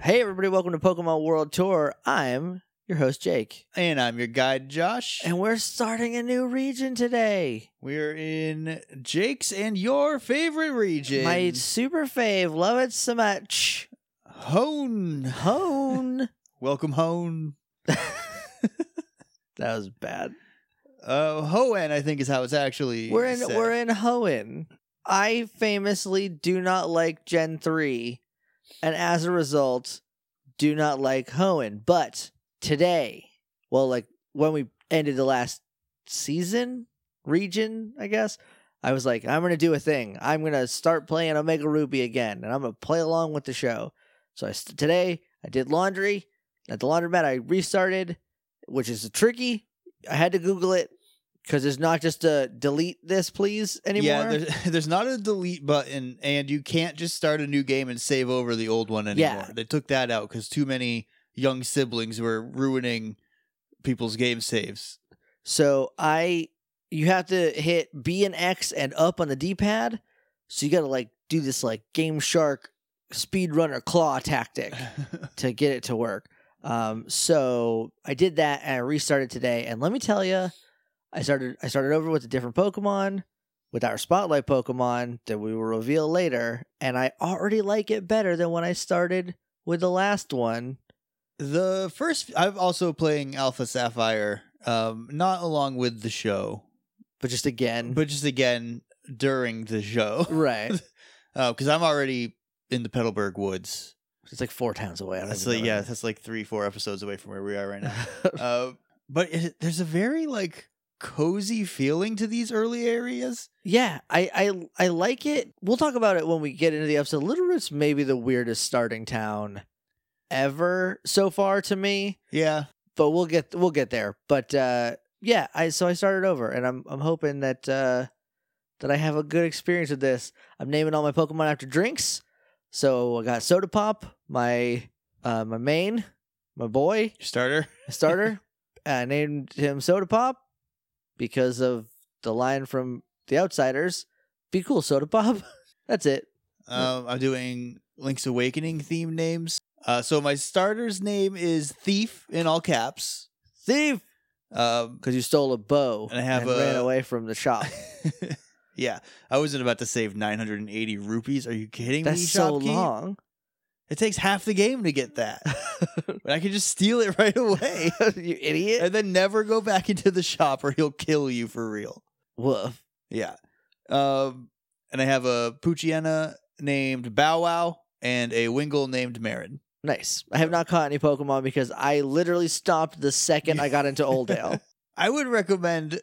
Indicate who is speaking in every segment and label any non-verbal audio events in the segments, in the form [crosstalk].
Speaker 1: Hey, everybody, welcome to Pokemon World Tour. I'm your host, Jake,
Speaker 2: And I'm your guide, Josh.
Speaker 1: and we're starting a new region today.
Speaker 2: We're in Jake's and your favorite region.
Speaker 1: My super fave, love it so much.
Speaker 2: Hone. [laughs]
Speaker 1: Hone.
Speaker 2: Welcome, Hone.
Speaker 1: that was bad.
Speaker 2: Uh, Hoenn, I think, is how it's actually.
Speaker 1: We're in
Speaker 2: said.
Speaker 1: we're in Hoenn. I famously do not like Gen 3 and as a result do not like Hoenn. But today, well like when we ended the last season region, I guess, I was like I'm going to do a thing. I'm going to start playing Omega Ruby again and I'm going to play along with the show. So I st- today I did laundry at the laundromat. I restarted, which is tricky. I had to Google it because it's not just a delete this please anymore.
Speaker 2: Yeah, there's, [laughs] there's not a delete button, and you can't just start a new game and save over the old one anymore.
Speaker 1: Yeah.
Speaker 2: They took that out because too many young siblings were ruining people's game saves. [laughs]
Speaker 1: so I, you have to hit B and X and up on the D pad. So you got to like do this like Game Shark speedrunner claw tactic. to get it to work. Um, so I did that and I restarted today. And let me tell you, I started I started over with a different Pokemon, with our spotlight Pokemon that we will reveal later, and I already like it better than when I started with the last one.
Speaker 2: The first, I'm also playing Alpha Sapphire, um, not along with the show,
Speaker 1: But just again,
Speaker 2: [laughs] but just again during the show,
Speaker 1: [laughs]
Speaker 2: [laughs]
Speaker 1: right,
Speaker 2: because I'm already in the Petalburg Woods.
Speaker 1: it's like four towns away. I don't
Speaker 2: That's
Speaker 1: even
Speaker 2: like,
Speaker 1: know
Speaker 2: yeah,
Speaker 1: where
Speaker 2: that's like three, four episodes away from where we are
Speaker 1: [laughs]
Speaker 2: right now.
Speaker 1: it is.
Speaker 2: uh, but it, there's a very like cozy feeling to these early areas.
Speaker 1: yeah, I, I I like it. We'll talk about it when we get into the episode. Little Root's maybe the weirdest starting town ever so far to me.
Speaker 2: Yeah,
Speaker 1: but we'll get we'll get there. But uh, yeah, I so I started over, and I'm I'm hoping that uh, that I have a good experience with this. I'm naming all my Pokemon after drinks, so I got Soda Pop, my uh, my main, my boy
Speaker 2: your starter. [laughs]
Speaker 1: starter. I named him Soda Pop because of the line from The Outsiders: "Be cool, Soda Pop." [laughs] That's it.
Speaker 2: Um, I'm doing Link's Awakening theme names. Uh, so my starter's name is Thief in all caps.
Speaker 1: Thief,
Speaker 2: Um, [laughs]
Speaker 1: because you stole a bow
Speaker 2: And I have a-
Speaker 1: ran away from the shop.
Speaker 2: [laughs] yeah, I wasn't about to save 980 rupees. Are you kidding me?
Speaker 1: That's so
Speaker 2: shopkeep?
Speaker 1: long.
Speaker 2: It takes half the game to
Speaker 1: [laughs]
Speaker 2: get that. but I could just steal it right away
Speaker 1: you idiot.
Speaker 2: and then never go back into the shop or he'll kill you for real.
Speaker 1: Woof.
Speaker 2: Yeah. Um, and I have a Poochiena named Bow Wow and a Wingle named Marin.
Speaker 1: Nice. I have not caught any Pokemon because I literally stopped the second I got into
Speaker 2: [laughs]
Speaker 1: Oldale.
Speaker 2: I would recommend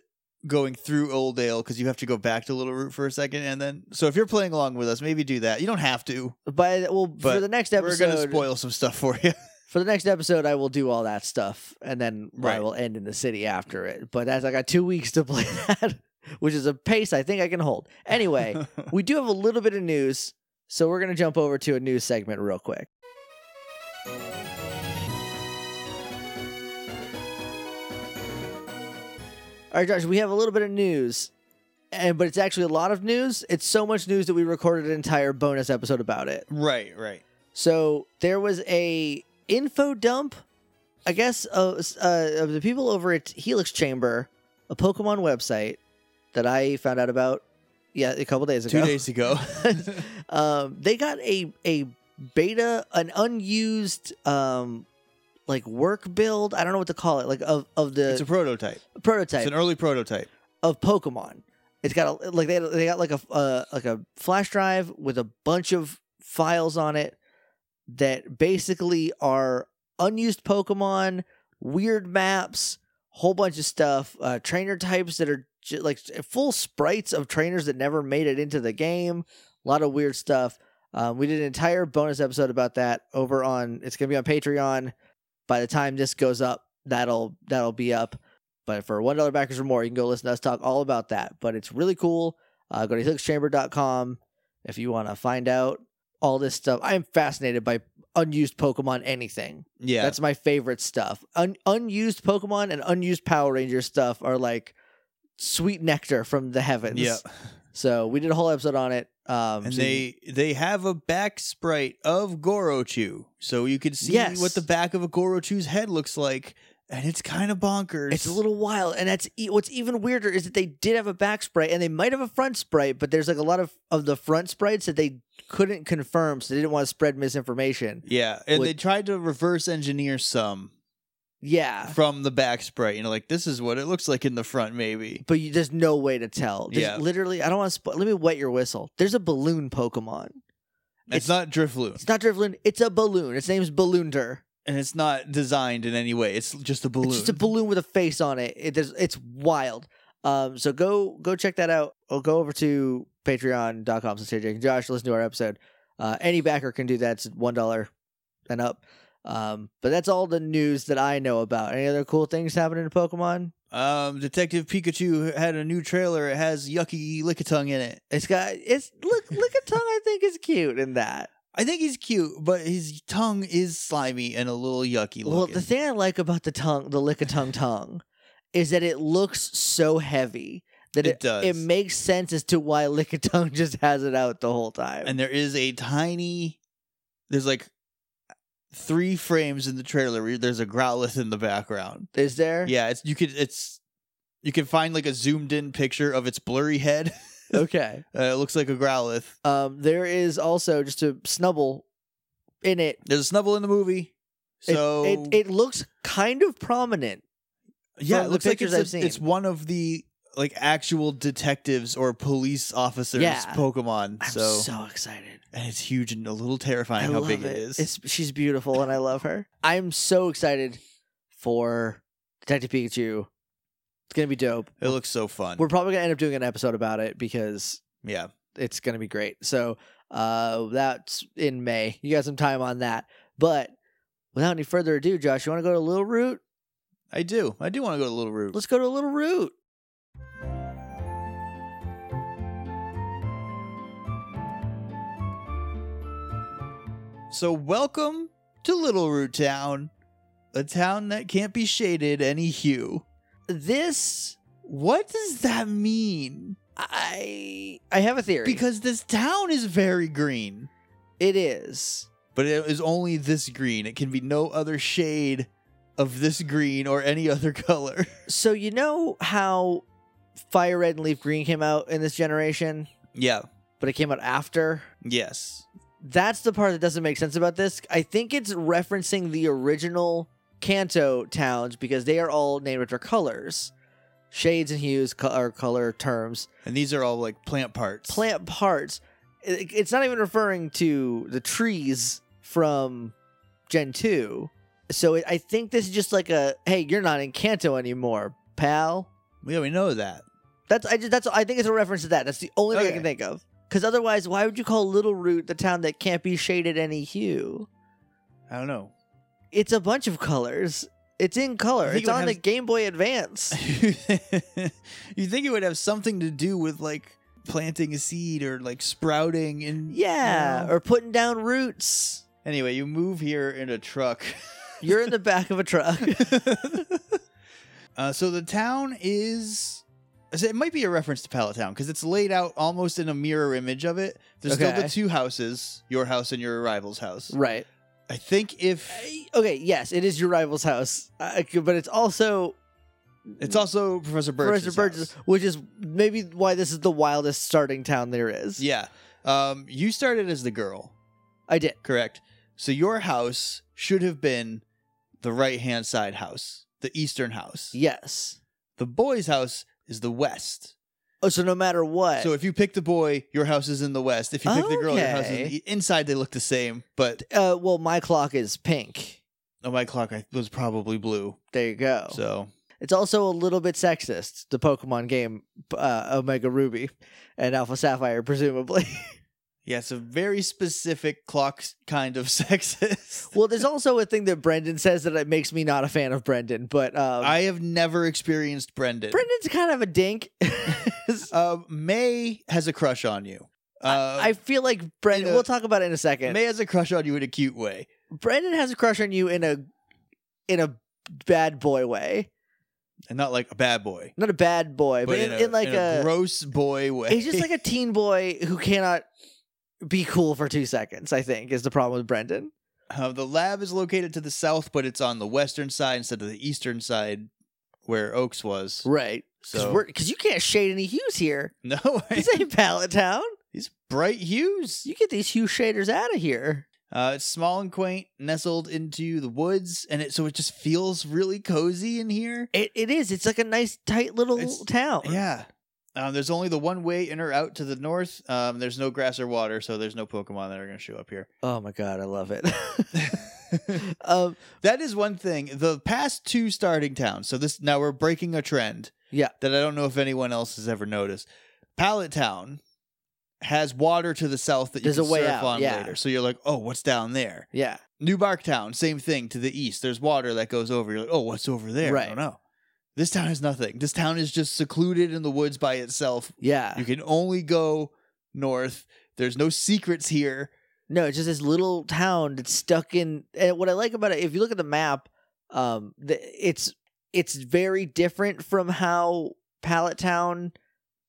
Speaker 2: going through Old Ale because you have to go back to Little Root for a second. And then, so if you're playing along with us, maybe do that. You don't have to.
Speaker 1: But well, for
Speaker 2: But
Speaker 1: the next
Speaker 2: We're going to
Speaker 1: episode,
Speaker 2: spoil some stuff for you.
Speaker 1: for the next episode, I will do all that stuff, and then I
Speaker 2: Right.
Speaker 1: will end in the city after it. But that's I got two weeks to play [laughs] that, which is a pace I think I can hold.
Speaker 2: [laughs]
Speaker 1: Anyway, we do have a little bit of news, so we're gonna jump over to a news segment real quick. All right, Josh, we have a little bit of news, and but it's actually a lot of news. It's so much news that we recorded an entire bonus episode about it.
Speaker 2: right, right.
Speaker 1: So there was a info dump, I guess, of, uh, of the people over at Helix Chamber, a Pokemon website that I found out about, yeah, a couple days ago.
Speaker 2: Two
Speaker 1: [laughs]
Speaker 2: days ago.
Speaker 1: um, they got a a beta, an unused um, like work build. I don't know what to call it, like of of
Speaker 2: it's
Speaker 1: the
Speaker 2: a prototype.
Speaker 1: prototype
Speaker 2: It's an early prototype.
Speaker 1: of Pokemon. It's got a, like they they got like a uh, like a flash drive with a bunch of files on it that basically are unused Pokemon, weird maps, whole bunch of stuff, uh, trainer types that are j- like full sprites of trainers that never made it into the game. A lot of weird stuff. Um, we did an entire bonus episode about that over on. It's gonna be on Patreon. By the time this goes up, that'll that'll be up. But for one dollar backers or more, you can go listen to us talk all about that. But it's really cool. Uh, go to helixchamber.com if you want to find out all this stuff. I'm fascinated by unused Pokemon anything.
Speaker 2: Yeah.
Speaker 1: That's my favorite stuff. Un- unused Pokemon and unused Power Ranger stuff are like sweet nectar from the heavens.
Speaker 2: yeah.
Speaker 1: [laughs] So we did a whole episode on it. Um,
Speaker 2: And
Speaker 1: so you-
Speaker 2: they they have a back sprite of Gorochu, so you can see
Speaker 1: Yes.
Speaker 2: what the back of a Gorochu's head looks like, and it's kind of bonkers.
Speaker 1: it's a little wild, and that's e- what's even weirder is that they did have a back sprite, and they might have a front sprite, but there's like a lot of of the front sprites that they couldn't confirm, so they didn't want to spread misinformation.
Speaker 2: yeah, and
Speaker 1: What-
Speaker 2: they tried to reverse engineer some
Speaker 1: Yeah,
Speaker 2: from the back sprite. You know, like this is what it looks like in the front, maybe.
Speaker 1: but you, there's no way to tell. There's
Speaker 2: Yeah.
Speaker 1: literally, I don't want to. Spo- Let me wet your whistle. There's a balloon Pokemon. It's-
Speaker 2: It's, not Drifloon,
Speaker 1: It's not Drifloon. It's a balloon. Its name's Ballooner.
Speaker 2: and it's not designed in any way. It's just a balloon.
Speaker 1: It's just a balloon with a face on it. it there's- it's wild. Um, so go go check that out. Or go over to patreon.com slash Jake and Josh, listen to our episode. Uh, any backer can do that. It's one dollar and up. Um, but that's all the news that I know about. Any other cool things happening to Pokemon?
Speaker 2: um, Detective Pikachu had a new trailer. It has Yucky Lickitung in it.
Speaker 1: It's got it's look look at tongue I think is cute in that.
Speaker 2: I think he's cute, but his tongue is slimy and a little yucky looking.
Speaker 1: Well, the thing I like about the tongue, the Lickitung tongue, is that it looks so heavy that
Speaker 2: It
Speaker 1: it,
Speaker 2: does.
Speaker 1: it makes sense as to why Lickitung [laughs] just has it out the whole time.
Speaker 2: and there is a tiny there's like three frames in the trailer where there's a growlithe in the background
Speaker 1: is there?
Speaker 2: yeah it's you could it's you can find like a zoomed in picture of its blurry head
Speaker 1: [laughs]
Speaker 2: [laughs]
Speaker 1: Okay.
Speaker 2: uh, it looks like a growlithe
Speaker 1: Um, there is also just a snubble in it.
Speaker 2: there's a snubble in the movie
Speaker 1: It-
Speaker 2: so
Speaker 1: it, it looks kind of prominent.
Speaker 2: yeah
Speaker 1: from
Speaker 2: it
Speaker 1: the
Speaker 2: looks like
Speaker 1: pictures
Speaker 2: it's,
Speaker 1: I've
Speaker 2: a-
Speaker 1: seen.
Speaker 2: it's one of the like actual detectives or police officers
Speaker 1: Yeah.
Speaker 2: pokemon
Speaker 1: I'm
Speaker 2: so,
Speaker 1: so, excited.
Speaker 2: and it's huge and a little terrifying
Speaker 1: I
Speaker 2: how
Speaker 1: love
Speaker 2: big
Speaker 1: it.
Speaker 2: it is
Speaker 1: It's, she's beautiful and I love her. I'm so excited for Detective Pikachu. It's gonna be dope.
Speaker 2: it looks so fun
Speaker 1: We're probably gonna end up doing an episode about it because
Speaker 2: yeah
Speaker 1: it's going to be great. So uh, that's in May. You got some time on that. But without any further ado, Josh, you want to go to Little Root?
Speaker 2: i do i do want to go to little root
Speaker 1: Let's go to Little Root.
Speaker 2: So, welcome to Little Root Town, a town that can't be shaded any hue.
Speaker 1: This,
Speaker 2: What does that mean?
Speaker 1: I I have a theory.
Speaker 2: Because this town is very green,
Speaker 1: it is.
Speaker 2: but it is only this green. It can be no other shade of this green or any other [laughs] color.
Speaker 1: So you know how Fire Red and Leaf Green came out in this generation,
Speaker 2: Yeah.
Speaker 1: but it came out after?
Speaker 2: Yes.
Speaker 1: That's the part that doesn't make sense about this. I think it's referencing the original Kanto towns because they are all named after colors, shades and hues co- are color terms.
Speaker 2: And these are all like plant parts.
Speaker 1: Plant parts. i- It's not even referring to the trees from Gen two. So it, I think this is just like a hey, you're not in Kanto anymore, pal.
Speaker 2: Yeah, we know that.
Speaker 1: That's I just that's I think it's a reference to that. That's the only thing I
Speaker 2: Okay.
Speaker 1: can think of. Because otherwise, why would you call Little Root the town that can't be shaded any hue?
Speaker 2: I don't know. [laughs]
Speaker 1: it's a bunch of colors. It's in
Speaker 2: I
Speaker 1: color.
Speaker 2: think
Speaker 1: It's
Speaker 2: it would
Speaker 1: on the
Speaker 2: have-
Speaker 1: Game Boy
Speaker 2: [laughs]
Speaker 1: Advance.
Speaker 2: you think it would have something to do with like planting a seed or like sprouting and
Speaker 1: Yeah,
Speaker 2: No.
Speaker 1: or putting down roots.
Speaker 2: Anyway, you move here in
Speaker 1: [laughs]
Speaker 2: a truck. [laughs]
Speaker 1: You're in the back of a truck.
Speaker 2: uh, so the town is. so It might be a reference to Pallet Town because it's laid out almost in a mirror image of it. There's still
Speaker 1: Okay.
Speaker 2: the two houses, your house and your rival's house.
Speaker 1: right.
Speaker 2: I think if
Speaker 1: Uh, Okay, yes, it is your rival's house, uh, but it's also
Speaker 2: it's also Professor Birch's.
Speaker 1: Professor Burgess,
Speaker 2: house.
Speaker 1: which is maybe why this is the wildest starting town there is.
Speaker 2: Yeah. Um, you started as the girl,
Speaker 1: I did.
Speaker 2: correct? So your house should have been the right hand side house, the eastern house.
Speaker 1: Yes.
Speaker 2: The boy's house is the west.
Speaker 1: Oh, so no matter what.
Speaker 2: So if you pick the boy, your house is in the west. If you pick the girl, your house is in
Speaker 1: Okay.
Speaker 2: the e-, inside. They look the same, but
Speaker 1: uh, well, my clock is pink.
Speaker 2: oh, my clock I, was probably blue.
Speaker 1: There you go.
Speaker 2: So
Speaker 1: It's also a little bit sexist, the Pokemon game uh, Omega Ruby and Alpha Sapphire, [laughs] presumably.
Speaker 2: yeah, it's a very specific clock s- kind of [laughs] sexist.
Speaker 1: well, there's also a thing that Brendan says that it makes me not a fan of Brendan, but um,
Speaker 2: I have never experienced Brendan.
Speaker 1: Brendan's kind of a dink. [laughs]
Speaker 2: [laughs] Um, May has a crush on you. Uh,
Speaker 1: I feel like Brendan.
Speaker 2: in a-
Speaker 1: we'll talk about it in a second.
Speaker 2: May has a crush on you in a cute way.
Speaker 1: Brendan has a crush on you in a in a bad boy way.
Speaker 2: and not like a bad boy,
Speaker 1: Not a bad boy,
Speaker 2: but,
Speaker 1: but,
Speaker 2: in,
Speaker 1: in,
Speaker 2: a,
Speaker 1: in like
Speaker 2: in
Speaker 1: a,
Speaker 2: gross boy way.
Speaker 1: he's just
Speaker 2: [laughs]
Speaker 1: like a teen boy who cannot be cool for two seconds. I think is the problem with Brendan.
Speaker 2: Uh, the lab is located to the south, but it's on the western side instead of the eastern side where Oaks was.
Speaker 1: Right. Because [laughs]
Speaker 2: So
Speaker 1: you can't shade any hues here.
Speaker 2: no,
Speaker 1: This ain't Pallet Town.
Speaker 2: these bright hues.
Speaker 1: You get these hue shaders out of here.
Speaker 2: Uh, it's small and quaint, nestled into the woods, and it so it just feels really cozy in here.
Speaker 1: It, it is. It's like a nice, tight little
Speaker 2: It's-
Speaker 1: town.
Speaker 2: Yeah. Um, there's only the one way in or out to the north. Um, there's no grass or water, so there's no Pokemon that are going to show up here.
Speaker 1: Oh my god, I love
Speaker 2: [laughs]
Speaker 1: it. [laughs] um,
Speaker 2: That is one thing. The past two starting towns. So this now we're breaking a trend.
Speaker 1: Yeah.
Speaker 2: That I don't know if anyone else has ever noticed. Pallet Town has water to the south that
Speaker 1: There's
Speaker 2: you
Speaker 1: a
Speaker 2: can
Speaker 1: way
Speaker 2: surf
Speaker 1: out,
Speaker 2: on
Speaker 1: yeah.
Speaker 2: later. So you're like, oh, what's down there?
Speaker 1: yeah.
Speaker 2: New Barktown, same thing to the east. There's water that goes over. You're like, oh, what's over there? I
Speaker 1: Right.
Speaker 2: don't know. This town has nothing. This town is just secluded in the woods by itself.
Speaker 1: Yeah.
Speaker 2: You can only go north. There's no secrets here.
Speaker 1: No, it's just this little town that's stuck in. And what I like about it, if you look at the map, um, the, it's it's very different from how Pallet Town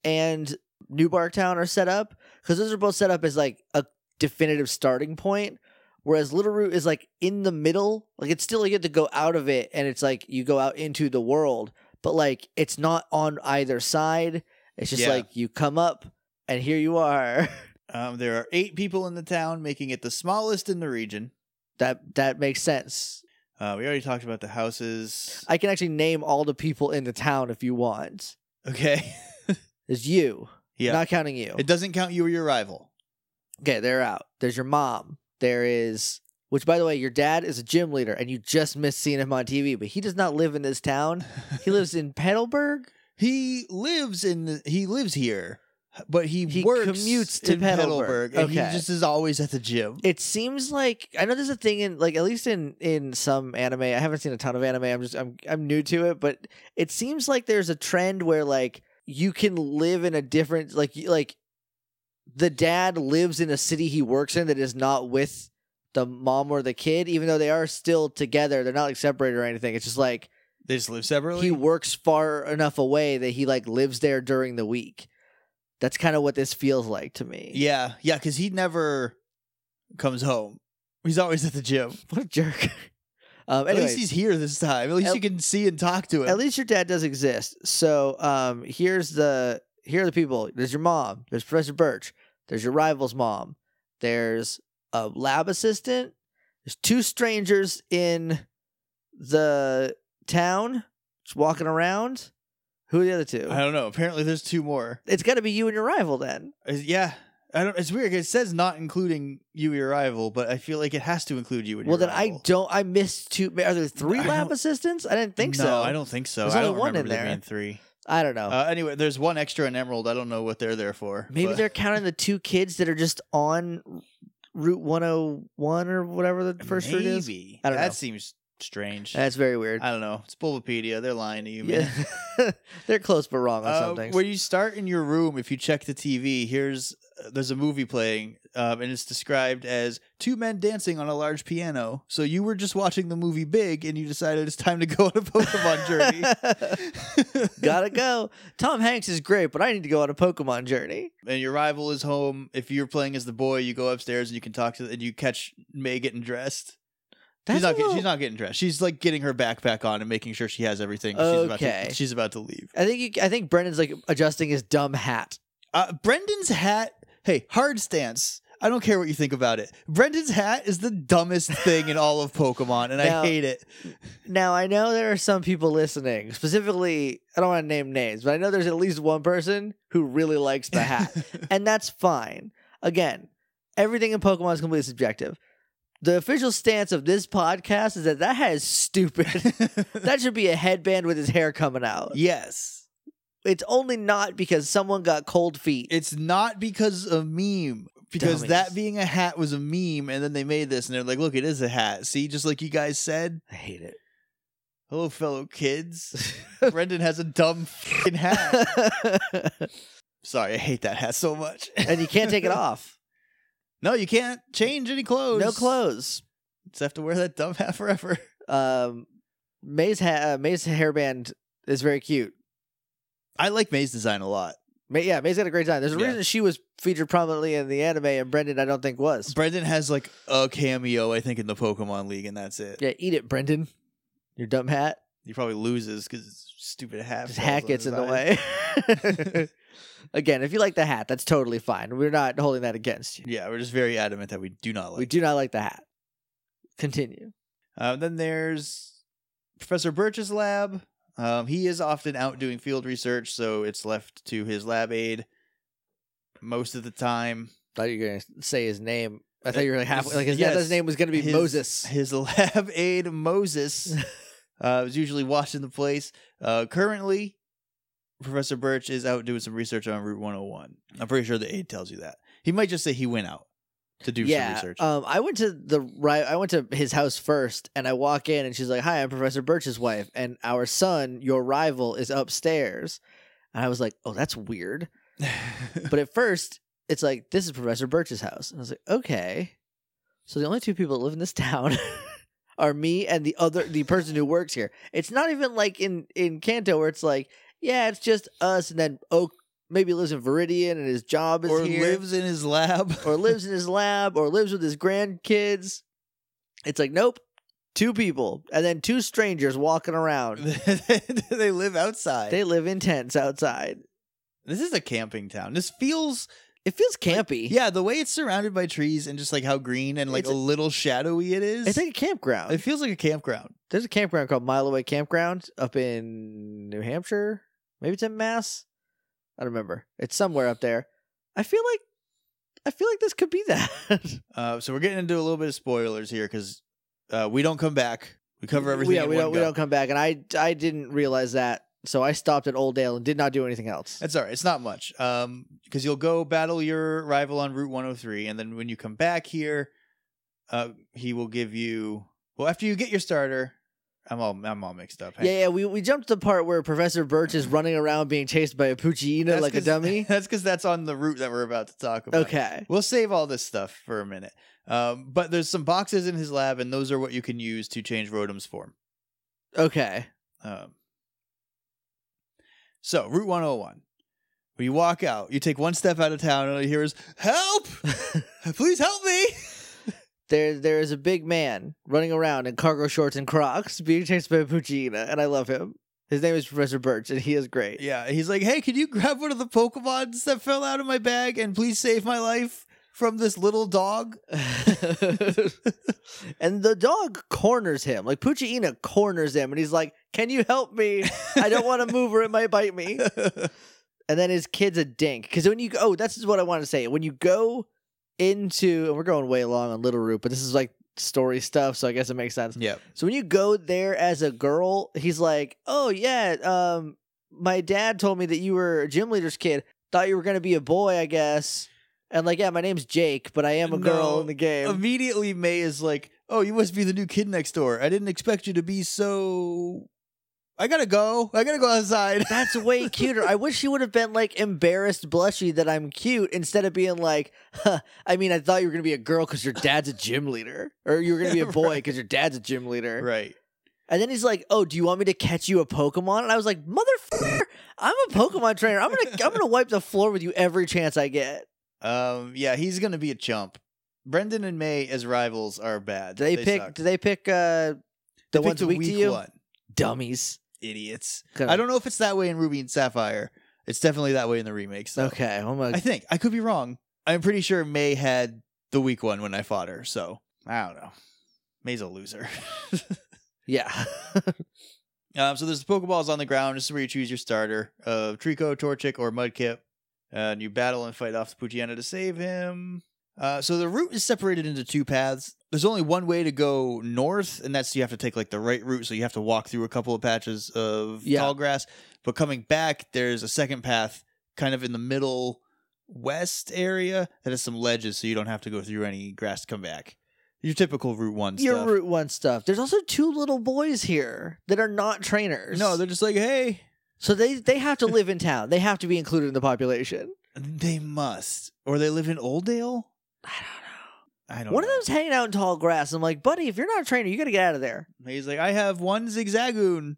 Speaker 1: and New Bark Town are set up because those are both set up as like a definitive starting point. Whereas Little Root is like in the middle, like it's still you have to go out of it, and it's like you go out into the world, but like it's not on either side. It's just
Speaker 2: Yeah.
Speaker 1: like you come up, and here you are. [laughs]
Speaker 2: Um, there are eight people in the town, making it the smallest in the region.
Speaker 1: that that makes sense.
Speaker 2: Uh, we already talked about the houses.
Speaker 1: I can actually name all the people in the town if you want. [laughs]
Speaker 2: Okay.
Speaker 1: There's you,
Speaker 2: yeah.
Speaker 1: not counting you.
Speaker 2: [laughs] it doesn't count you or your rival. [laughs]
Speaker 1: Okay, they're out. There's your mom. There is, which by the way, your dad is a gym leader, and you just missed seeing him on TV, but he does not live in this town. He lives in Petalburg.
Speaker 2: He lives in the, he lives here, but he,
Speaker 1: He
Speaker 2: works
Speaker 1: commutes to
Speaker 2: in
Speaker 1: Petalburg.
Speaker 2: and he
Speaker 1: Okay.
Speaker 2: just is always at the gym.
Speaker 1: It seems like I know there's a thing in like at least in in some anime. I haven't seen a ton of anime. I'm just I'm I'm new to it, but it seems like there's a trend where like you can live in a different like you- like the dad lives in a city he works in that is not with the mom or the kid, even though they are still together. They're not like separated or anything. It's just like
Speaker 2: They just live separately.
Speaker 1: he works far enough away that he like lives there during the week. That's kind of what this feels like to me.
Speaker 2: yeah, yeah, because he never comes home. He's always at the gym.
Speaker 1: [laughs] What a jerk. [laughs] Um,
Speaker 2: At
Speaker 1: anyways.
Speaker 2: least he's here this time. At least
Speaker 1: At-
Speaker 2: you can see and talk to him.
Speaker 1: At least your dad does exist. So um, here's the here are the people. There's your mom. There's Professor Birch. There's your rival's mom. There's a lab assistant. There's two strangers in the town just walking around. Who are the other two?
Speaker 2: I don't know. Apparently, there's two more.
Speaker 1: It's got to be you and your rival then.
Speaker 2: Uh, Yeah, I don't. It's weird. 'cause It says not including you, your rival, but I feel like it has to include you. And
Speaker 1: well,
Speaker 2: your
Speaker 1: then I
Speaker 2: rival.
Speaker 1: don't. I missed two. Are there three
Speaker 2: I
Speaker 1: lab
Speaker 2: don't-
Speaker 1: assistants? I didn't think
Speaker 2: no,
Speaker 1: so.
Speaker 2: I don't think so.
Speaker 1: There's
Speaker 2: I
Speaker 1: only
Speaker 2: don't
Speaker 1: one in
Speaker 2: remember there
Speaker 1: there.
Speaker 2: being three.
Speaker 1: I don't know.
Speaker 2: Uh, anyway, there's one extra in Emerald. I don't know what they're there for.
Speaker 1: Maybe
Speaker 2: but-
Speaker 1: they're counting the two kids that are just on Route 101 or whatever the first route is.
Speaker 2: Maybe.
Speaker 1: I don't
Speaker 2: that
Speaker 1: know.
Speaker 2: seems strange.
Speaker 1: That's very weird.
Speaker 2: I don't know. It's Bulbapedia. They're lying to you, man.
Speaker 1: Yeah. [laughs] They're close but wrong on
Speaker 2: Uh,
Speaker 1: some things.
Speaker 2: when you start in your room, if you check the TV, here's uh, there's a movie playing, um, and it's described as two men dancing on a large piano. So you were just watching the movie Big, and you decided it's time to go [laughs] on a
Speaker 1: [laughs]
Speaker 2: Pokemon journey.
Speaker 1: Gotta go. Tom Hanks is great, but I need to go on a Pokemon journey.
Speaker 2: and your rival is home. If you're playing as the boy, you go upstairs and you can talk to and you catch May getting dressed.
Speaker 1: That's
Speaker 2: she's not
Speaker 1: a
Speaker 2: get-
Speaker 1: little-
Speaker 2: she's not getting dressed. She's like getting her backpack on and making sure she has everything. She's about
Speaker 1: Okay.
Speaker 2: to, she's about to leave.
Speaker 1: I think you, I think Brendan's like adjusting his dumb hat.
Speaker 2: Uh, Brendan's hat. Hey, hard stance. I don't care what you think about it. Brendan's hat is the dumbest thing in all of Pokemon, and
Speaker 1: Now-
Speaker 2: I hate it.
Speaker 1: Now I know there are some people listening. Specifically, I don't want to name names, but I know there's at least one person who really likes [laughs] the hat. and that's fine. Again, everything in Pokemon is completely subjective. The official stance of this podcast is that that hat is [laughs] stupid. that should be a headband with his hair coming out.
Speaker 2: [laughs] yes.
Speaker 1: It's only not because someone got cold feet. [laughs]
Speaker 2: It's not because of meme. Because
Speaker 1: Dummies.
Speaker 2: that being a hat was a meme, and then they made this, and they're like, look, it is a hat. See, just like you guys said.
Speaker 1: I hate it.
Speaker 2: Hello, fellow
Speaker 1: [laughs]
Speaker 2: kids. Brendan has a dumb fucking hat. Sorry, I hate that hat so much. [laughs]
Speaker 1: and you can't [laughs] take it off.
Speaker 2: no, you can't change any clothes.
Speaker 1: No clothes.
Speaker 2: Just have to wear that dumb hat forever.
Speaker 1: Um, May's ha- uh, May's hairband It's very cute.
Speaker 2: [laughs] I like May's design a lot.
Speaker 1: Ma- yeah, May's got a great design. There's a
Speaker 2: Yeah.
Speaker 1: reason she was featured prominently in the anime, and Brendan, I don't think was.
Speaker 2: Brendan has like a cameo, I think, in the Pokemon League, and that's it.
Speaker 1: Yeah, eat it, Brendan. Your dumb hat.
Speaker 2: He probably loses because his stupid hat.
Speaker 1: Just
Speaker 2: falls on
Speaker 1: hat gets
Speaker 2: his
Speaker 1: in the
Speaker 2: eye.
Speaker 1: way. Again, if you like the hat, that's totally fine. We're not holding that against you.
Speaker 2: [laughs] Yeah, we're just very adamant that we do not like.
Speaker 1: We do not like the hat. Continue.
Speaker 2: Uh, then there's Professor Birch's lab. Um, he is often out doing field research, so it's left to his lab aid most of the time.
Speaker 1: thought you were going to say his name. I thought you were like halfway. Like his,
Speaker 2: Yes.
Speaker 1: yeah, his name was going to be
Speaker 2: His-
Speaker 1: [laughs] Moses.
Speaker 2: His lab aide
Speaker 1: [laughs]
Speaker 2: Moses uh, is usually watching the place. Uh, currently, Professor Birch is out doing some research on Route 101. I'm pretty sure the aide tells you that. He might just say he went out to do
Speaker 1: yeah.
Speaker 2: some research. [laughs]
Speaker 1: Um, I went to the right. I went to his house first, and I walk in, and she's like, "Hi, I'm Professor Birch's wife, and our son, your rival, is upstairs." And I was like, "Oh, that's weird." But at first, it's like, "This is Professor Birch's house," and I was like, "Okay." So the only two people that live in this [laughs] town are me and the other the person who works here. It's not even like in in Kanto where it's like, yeah, it's just us, and then Oak maybe lives in Viridian, and his job is
Speaker 2: or
Speaker 1: here
Speaker 2: lives in his lab.
Speaker 1: or lives in his lab or lives with his grandkids. It's like, nope, two people and then two strangers walking around.
Speaker 2: [laughs] they live outside.
Speaker 1: They live in tents outside.
Speaker 2: This is a camping town. This feels
Speaker 1: It feels campy.
Speaker 2: yeah, the way it's surrounded by trees and just like how green and like
Speaker 1: It's a-
Speaker 2: a, little shadowy it is.
Speaker 1: It's like a campground.
Speaker 2: it feels like a campground.
Speaker 1: There's a campground called Mile Away Campground up in New Hampshire. Maybe it's in Mass. I don't remember. It's somewhere up there. I feel like I feel like this could be [laughs] that.
Speaker 2: Uh, so we're getting into a little bit of spoilers here because uh, we don't come back. We cover everything.
Speaker 1: We- Yeah,
Speaker 2: in
Speaker 1: we
Speaker 2: one
Speaker 1: don't we
Speaker 2: go.
Speaker 1: don't come back, and I I didn't realize that, so I stopped at Old Dale and did not do anything else.
Speaker 2: That's all right. It's not much. Um, because you'll go battle your rival on Route 103, and then when you come back here, uh, he will give you. Well, after you get your starter, I'm all I'm all mixed up. Hang
Speaker 1: Yeah, yeah, we, we jumped to the part where Professor Birch is running around being chased by a Puccina
Speaker 2: That's
Speaker 1: like a
Speaker 2: 'cause-
Speaker 1: dummy.
Speaker 2: [laughs] That's because that's on the route that we're about to talk about.
Speaker 1: Okay.
Speaker 2: We'll save all this stuff for a minute. Um, but there's some boxes in his lab, and those are what you can use to change Rotom's form.
Speaker 1: Okay.
Speaker 2: Um, so, Route 101. When you walk out, you take one step out of town, and all you hear is, Help! Please help me!
Speaker 1: There there is a big man running around in cargo shorts and crocs being chased by a Puccina, and I love him. His name is Professor Birch, and he is great.
Speaker 2: Yeah, he's like, Hey, can you grab one of the Pokemons that fell out of my bag and please save my life from this little dog?
Speaker 1: [laughs]
Speaker 2: [laughs]
Speaker 1: and the dog corners him. Like Puccina corners him and he's like, Can you help me? I don't want to move or it might bite me. and then his kid's a dink. Because when you go, oh, that's what I want to say. When you go into, and we're going way long on Little Root, but this is like story stuff, so I guess it makes sense.
Speaker 2: yeah.
Speaker 1: So when you go there as a girl, he's like, oh yeah, um, my dad told me that you were a gym leader's kid. Thought you were gonna be a boy, I guess. And like, yeah, my name's Jake, but I am a girl
Speaker 2: No.
Speaker 1: in the game.
Speaker 2: immediately May is like, "Oh, you must be the new kid next door. I didn't expect you to be so." I gotta go. I gotta go outside.
Speaker 1: [laughs]
Speaker 2: [laughs]
Speaker 1: That's way cuter. I wish he would have been like embarrassed, blushy that I'm cute instead of being like, huh, I mean, I thought you were gonna be a girl because your dad's a gym leader, or you were gonna be a boy because your dad's a gym leader.
Speaker 2: right.
Speaker 1: And then he's like, "Oh, do you want me to catch you a Pokemon?" And I was like, "Motherfucker, I'm a Pokemon trainer. I'm gonna I'm gonna wipe the floor with you every chance I get."
Speaker 2: Um. Yeah, he's gonna be a chump. Brendan and May as rivals are bad.
Speaker 1: Do they, pick?
Speaker 2: suck.
Speaker 1: Do they pick uh, the
Speaker 2: They picked
Speaker 1: ones
Speaker 2: a
Speaker 1: weak to
Speaker 2: weak
Speaker 1: you?
Speaker 2: one.
Speaker 1: Dummies.
Speaker 2: Idiots.
Speaker 1: Gonna-
Speaker 2: I don't know if it's that way in Ruby and Sapphire. It's definitely that way in the remakes. Though.
Speaker 1: Okay, I'm gonna-
Speaker 2: I think I could be wrong. I'm pretty sure May had the weak one when I fought her. So I don't know. May's a loser. [laughs]
Speaker 1: yeah.
Speaker 2: Um, so there's the Pokeballs on the ground. This is where you choose your starter of Trico, Torchic, or Mudkip. Uh, and you battle and fight off the Poochyena to save him. Uh, so the route is separated into two paths. There's only one way to go north, and that's you have to take like the right route. So you have to walk through a couple of patches of
Speaker 1: Yeah.
Speaker 2: tall grass. But coming back, there's a second path kind of in the middle west area that has some ledges, so you don't have to go through any grass to come back. Your typical Route 1
Speaker 1: Your
Speaker 2: stuff.
Speaker 1: Route One stuff. There's also two little boys here that are not trainers.
Speaker 2: no, they're just like, hey,
Speaker 1: so they they have to live in town. They have to be included in the population.
Speaker 2: They must, or they live in Oldale.
Speaker 1: I don't
Speaker 2: I
Speaker 1: know.
Speaker 2: don't.
Speaker 1: One
Speaker 2: know.
Speaker 1: of them's hanging out in tall grass. I'm like, buddy, if you're not a trainer, you gotta get out of there.
Speaker 2: He's like, I have one zigzagoon.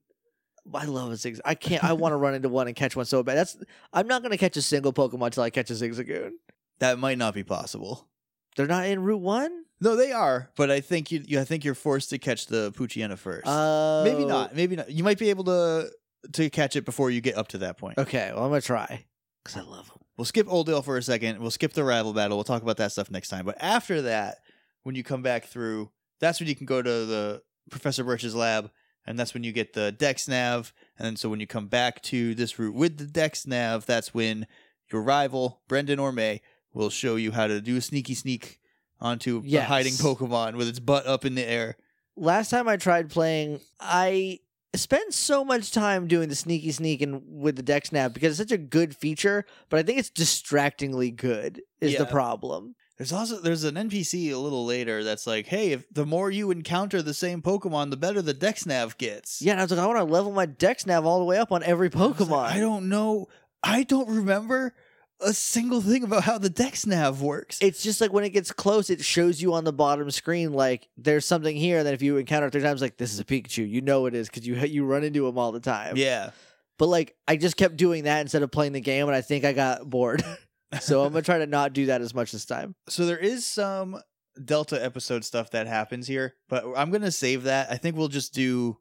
Speaker 1: I love a Zigzagoon. I can't. I want to run into one and catch one so bad. That's. I'm not gonna catch a single Pokemon till I catch a Zigzagoon.
Speaker 2: That might not be possible.
Speaker 1: They're not in Route One.
Speaker 2: No, they are, but I think you, you I think you're forced to catch the Poochyena first.
Speaker 1: Uh,
Speaker 2: maybe not. Maybe not. You might be able to to catch it before you get up to that point.
Speaker 1: Okay. Well, I'm gonna try because I love them.
Speaker 2: We'll skip Oldale for a second. We'll skip the rival battle. We'll talk about that stuff next time. But after that, when you come back through, that's when you can go to the Professor Birch's lab, and that's when you get the Dex Nav. And then so when you come back to this route with the Dex Nav, that's when your rival, Brendan or May, will show you how to do a sneaky sneak onto the
Speaker 1: Yes.
Speaker 2: hiding Pokemon with its butt up in the air.
Speaker 1: Last time I tried playing, I spent so much time doing the sneaky sneak and with the deck snap because it's such a good feature, but I think it's distractingly good is the
Speaker 2: Yeah.
Speaker 1: problem.
Speaker 2: There's also there's an NPC a little later that's like, hey, if the more you encounter the same Pokemon, the better the Dex Nav gets.
Speaker 1: Yeah, and I was like, I want to level my deck snap all the way up on every
Speaker 2: I was
Speaker 1: Pokemon.
Speaker 2: like, I don't know. I don't remember a single thing about how the Dex Nav works.
Speaker 1: it's just like when it gets close, it shows you on the bottom screen like there's something here. That if you encounter it three times, like this is a Pikachu, you know it is because you you run into them all the time.
Speaker 2: yeah.
Speaker 1: But like I just kept doing that instead of playing the game, and I think I got bored. [laughs] so I'm gonna try to not do that as much this time.
Speaker 2: So there is some Delta episode stuff that happens here, but I'm gonna save that. I think we'll just do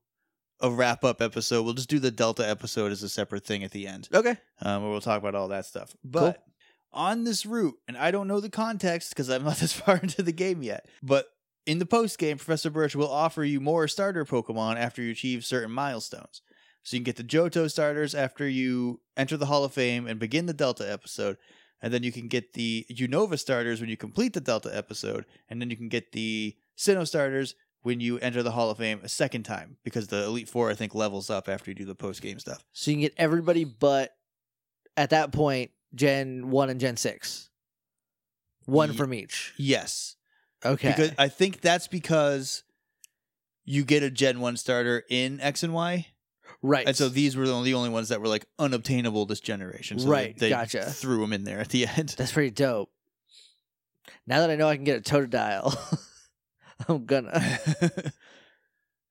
Speaker 2: a wrap up episode. We'll just do the Delta episode as a separate thing at the end.
Speaker 1: Okay.
Speaker 2: um, where we'll talk about all that stuff. But on this route, and I don't know the context because I'm not [laughs] this far into the game yet, but in the post game, Professor Birch will offer you more starter Pokemon after you achieve certain milestones. So you can get the Johto starters after you enter the Hall of Fame and begin the Delta episode. And then you can get the Unova starters when you complete the Delta episode. And then you can get the Sinnoh starters when you enter the Hall of Fame a second time because the Elite Four, I think, levels up after you do the post game stuff.
Speaker 1: So you can get everybody but at that point, Gen one and Gen six. One
Speaker 2: Ye-
Speaker 1: from each.
Speaker 2: Yes.
Speaker 1: Okay.
Speaker 2: Because I think that's because you get a Gen 1 starter in X and Y.
Speaker 1: right.
Speaker 2: And so these were the only the only ones that were like unobtainable this generation. So
Speaker 1: Right,
Speaker 2: They, they
Speaker 1: gotcha.
Speaker 2: threw them in there at the end. [laughs]
Speaker 1: That's pretty dope. Now that I know I can get a Totodile, [laughs] I'm gonna.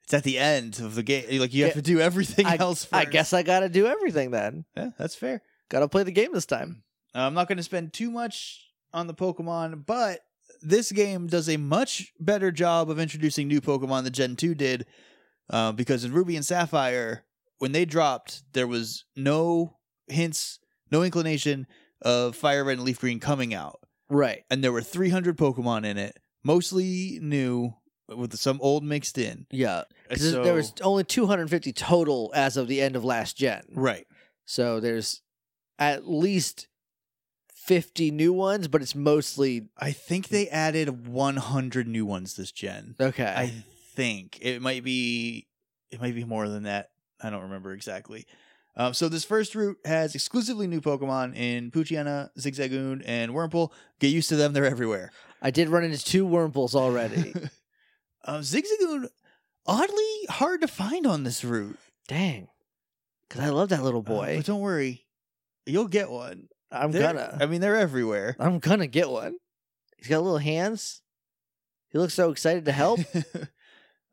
Speaker 2: it's at the end of the game. Like you have
Speaker 1: Yeah.
Speaker 2: to do everything else first.
Speaker 1: I guess I gotta do everything then.
Speaker 2: Yeah, that's fair.
Speaker 1: Gotta play the game this time.
Speaker 2: Uh, I'm not going to spend too much on the Pokemon, but this game does a much better job of introducing new Pokemon than Gen 2 did. Uh, because in Ruby and Sapphire, when they dropped, there was no hints, no inclination of Fire Red and Leaf Green coming out.
Speaker 1: Right.
Speaker 2: And there were 300 Pokemon in it, mostly new, with some old mixed in.
Speaker 1: Yeah.
Speaker 2: And
Speaker 1: Because
Speaker 2: so-
Speaker 1: Uh, there was only 250 total as of the end of last gen.
Speaker 2: Right.
Speaker 1: So there's at least 50 new ones, but it's mostly
Speaker 2: I think they added 100 new ones this gen.
Speaker 1: okay.
Speaker 2: I think it might be it might be more than that. I don't remember exactly. Um, so this first route has exclusively new Pokemon in Poochyena, Zigzagoon, and Wurmple. Get used to them; they're everywhere
Speaker 1: I did run into two Wurmples
Speaker 2: [laughs]
Speaker 1: already.
Speaker 2: um, Zigzagoon, oddly hard to find on this route.
Speaker 1: Dang. Because I love that little
Speaker 2: Uh,
Speaker 1: boy.
Speaker 2: but don't worry, you'll get one.
Speaker 1: I'm
Speaker 2: They're-
Speaker 1: gonna.
Speaker 2: I mean, they're everywhere.
Speaker 1: I'm gonna get one. He's got little hands. He looks so excited to help.
Speaker 2: [laughs]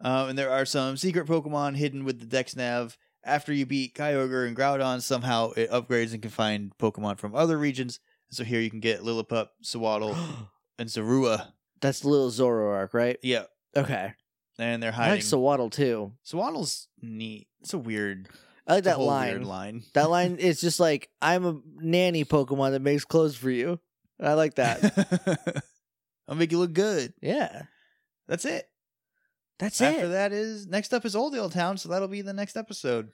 Speaker 2: um, and there are some secret Pokemon hidden with the Dex Nav. After you beat Kyogre and Groudon, somehow it upgrades and can find Pokemon from other regions. So here you can get Lillipup,
Speaker 1: [gasps]
Speaker 2: Swaddle, and Zorua.
Speaker 1: That's little Zoroark, right?
Speaker 2: Yeah,
Speaker 1: Okay.
Speaker 2: and they're
Speaker 1: I like
Speaker 2: hiding.
Speaker 1: Swaddle too.
Speaker 2: Swaddle's neat. It's a weird.
Speaker 1: I like
Speaker 2: it's a
Speaker 1: that
Speaker 2: whole
Speaker 1: line.
Speaker 2: Weird line.
Speaker 1: That line is just like I'm a nanny Pokemon that makes clothes for you. I like that.
Speaker 2: [laughs] I'll make you look good.
Speaker 1: yeah.
Speaker 2: That's it.
Speaker 1: That's
Speaker 2: After
Speaker 1: it.
Speaker 2: that is next up is Old Old Town, so that'll be the next episode.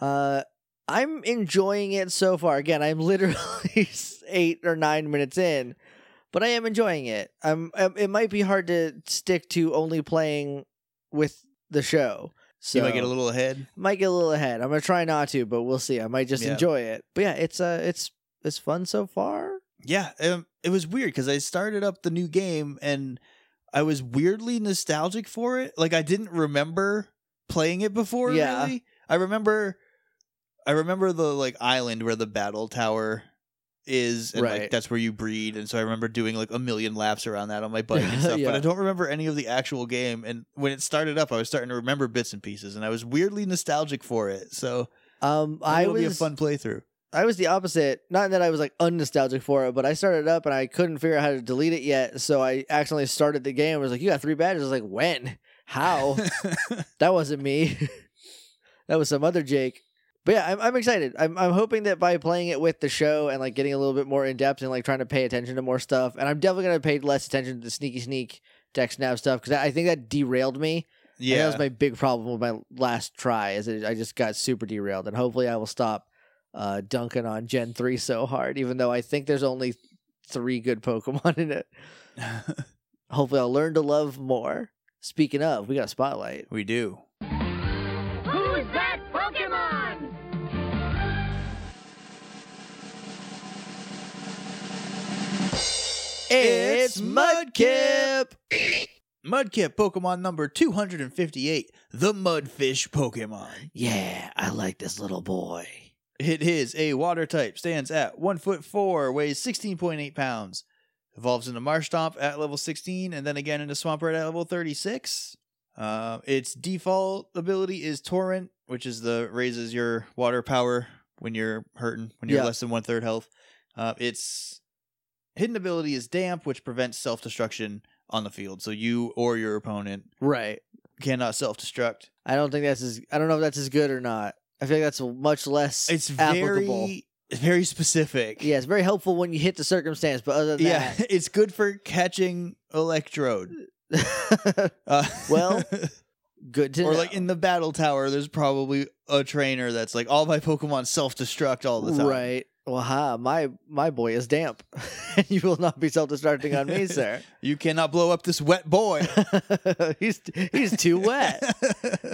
Speaker 1: Uh I'm enjoying it so far. Again, I'm literally [laughs] 8 or 9 minutes in, but I am enjoying it. I'm, i it might be hard to stick to only playing with the show. So
Speaker 2: you might get a little ahead.
Speaker 1: might get a little ahead. I'm going to try not to, but we'll see. I might just
Speaker 2: Yeah.
Speaker 1: enjoy it. But yeah, it's uh it's it's fun so far.
Speaker 2: Yeah, um, it was weird because I started up the new game and I was weirdly nostalgic for it. Like I didn't remember playing it before.
Speaker 1: Yeah.
Speaker 2: really. I remember. I remember the like island where the battle tower is and like
Speaker 1: Right.
Speaker 2: that's where you breed and so i remember doing like a million laps around
Speaker 1: [laughs]
Speaker 2: that on my bike and stuff but
Speaker 1: Yeah.
Speaker 2: i don't remember any of the actual game and when it started up i was starting to remember bits and pieces and i was weirdly nostalgic for it so
Speaker 1: Um,
Speaker 2: I
Speaker 1: I
Speaker 2: it'll
Speaker 1: was
Speaker 2: be a fun playthrough
Speaker 1: I was the opposite. Not that I was like unnostalgic for it, but I started up and I couldn't figure out how to delete it yet. So I accidentally started the game. I was like, "You got three badges." I was like, "When? How? that wasn't me. [laughs] that was some other Jake." But yeah, I'm, I'm excited. I'm, I'm hoping that by playing it with the show and like getting a little bit more in depth and like trying to pay attention to more stuff, and I'm definitely gonna pay less attention to the sneaky sneak deck snap stuff because I think that derailed me. Yeah, that
Speaker 2: yeah
Speaker 1: was my big problem with my last try. Is it, I just got super derailed, and hopefully I will stop uh, dunking on Gen three so hard. Even though I think there's only three good Pokemon [laughs] in it.
Speaker 2: [laughs]
Speaker 1: Hopefully I'll learn to love more. Speaking of, we got a spotlight.
Speaker 2: we do
Speaker 3: Who's that Pokemon?
Speaker 2: It's Mudkip! mudkip pokemon number 258 the mudfish pokemon
Speaker 1: Yeah, I like this little boy.
Speaker 2: It is a water type, stands at one foot four, weighs sixteen point eight pounds. Evolves into Marshtomp at level sixteen, and then again into Swampert at level thirty-six. Uh, its default ability is Torrent, which is the raises your water power when you're hurting, when you're
Speaker 1: Yeah.
Speaker 2: less than one third health. Uh, its hidden ability is Damp, which prevents self destruction on the field, so you or your opponent
Speaker 1: Right.
Speaker 2: cannot self destruct.
Speaker 1: I don't think that's as. I don't know if that's as good or not. I feel like that's much less.
Speaker 2: It's
Speaker 1: applicable.
Speaker 2: very, very specific.
Speaker 1: Yeah, it's very helpful when you hit the circumstance, but other than
Speaker 2: Yeah, [laughs] it's good for catching electrode.
Speaker 1: that, [laughs]
Speaker 2: Uh, [laughs]
Speaker 1: Well, good to
Speaker 2: or
Speaker 1: know.
Speaker 2: like in the battle tower, there's probably a trainer that's like, all my Pokemon self destruct all the time.
Speaker 1: Right. Well, ha, my my boy is damp. [laughs] you will not be self-destructing on me, sir. [laughs]
Speaker 2: You cannot blow up this wet boy.
Speaker 1: he's he's too
Speaker 2: [laughs]
Speaker 1: wet.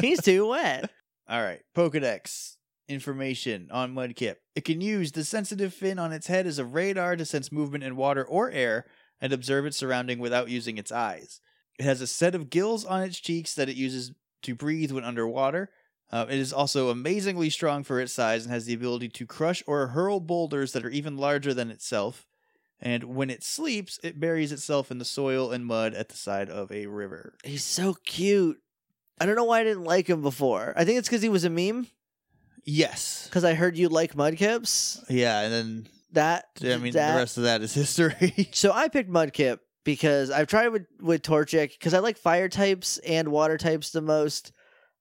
Speaker 1: He's too wet.
Speaker 2: all right, Pokedex information on Mudkip. It can use the sensitive fin on its head as a radar to sense movement in water or air and observe its surrounding without using its eyes. It has a set of gills on its cheeks that it uses to breathe when underwater. Uh, it is also amazingly strong for its size and has the ability to crush or hurl boulders that are even larger than itself. And when it sleeps, it buries itself in the soil and mud at the side of a river.
Speaker 1: He's so cute. I don't know why I didn't like him before. I think it's because he was a meme.
Speaker 2: Yes.
Speaker 1: Because I heard you like mudkips.
Speaker 2: Yeah, and then
Speaker 1: That
Speaker 2: Yeah, I mean,
Speaker 1: that-
Speaker 2: the rest of that is [laughs] history.
Speaker 1: So I picked Mudkip because I've tried with with Torchic because I like fire types and water types the most.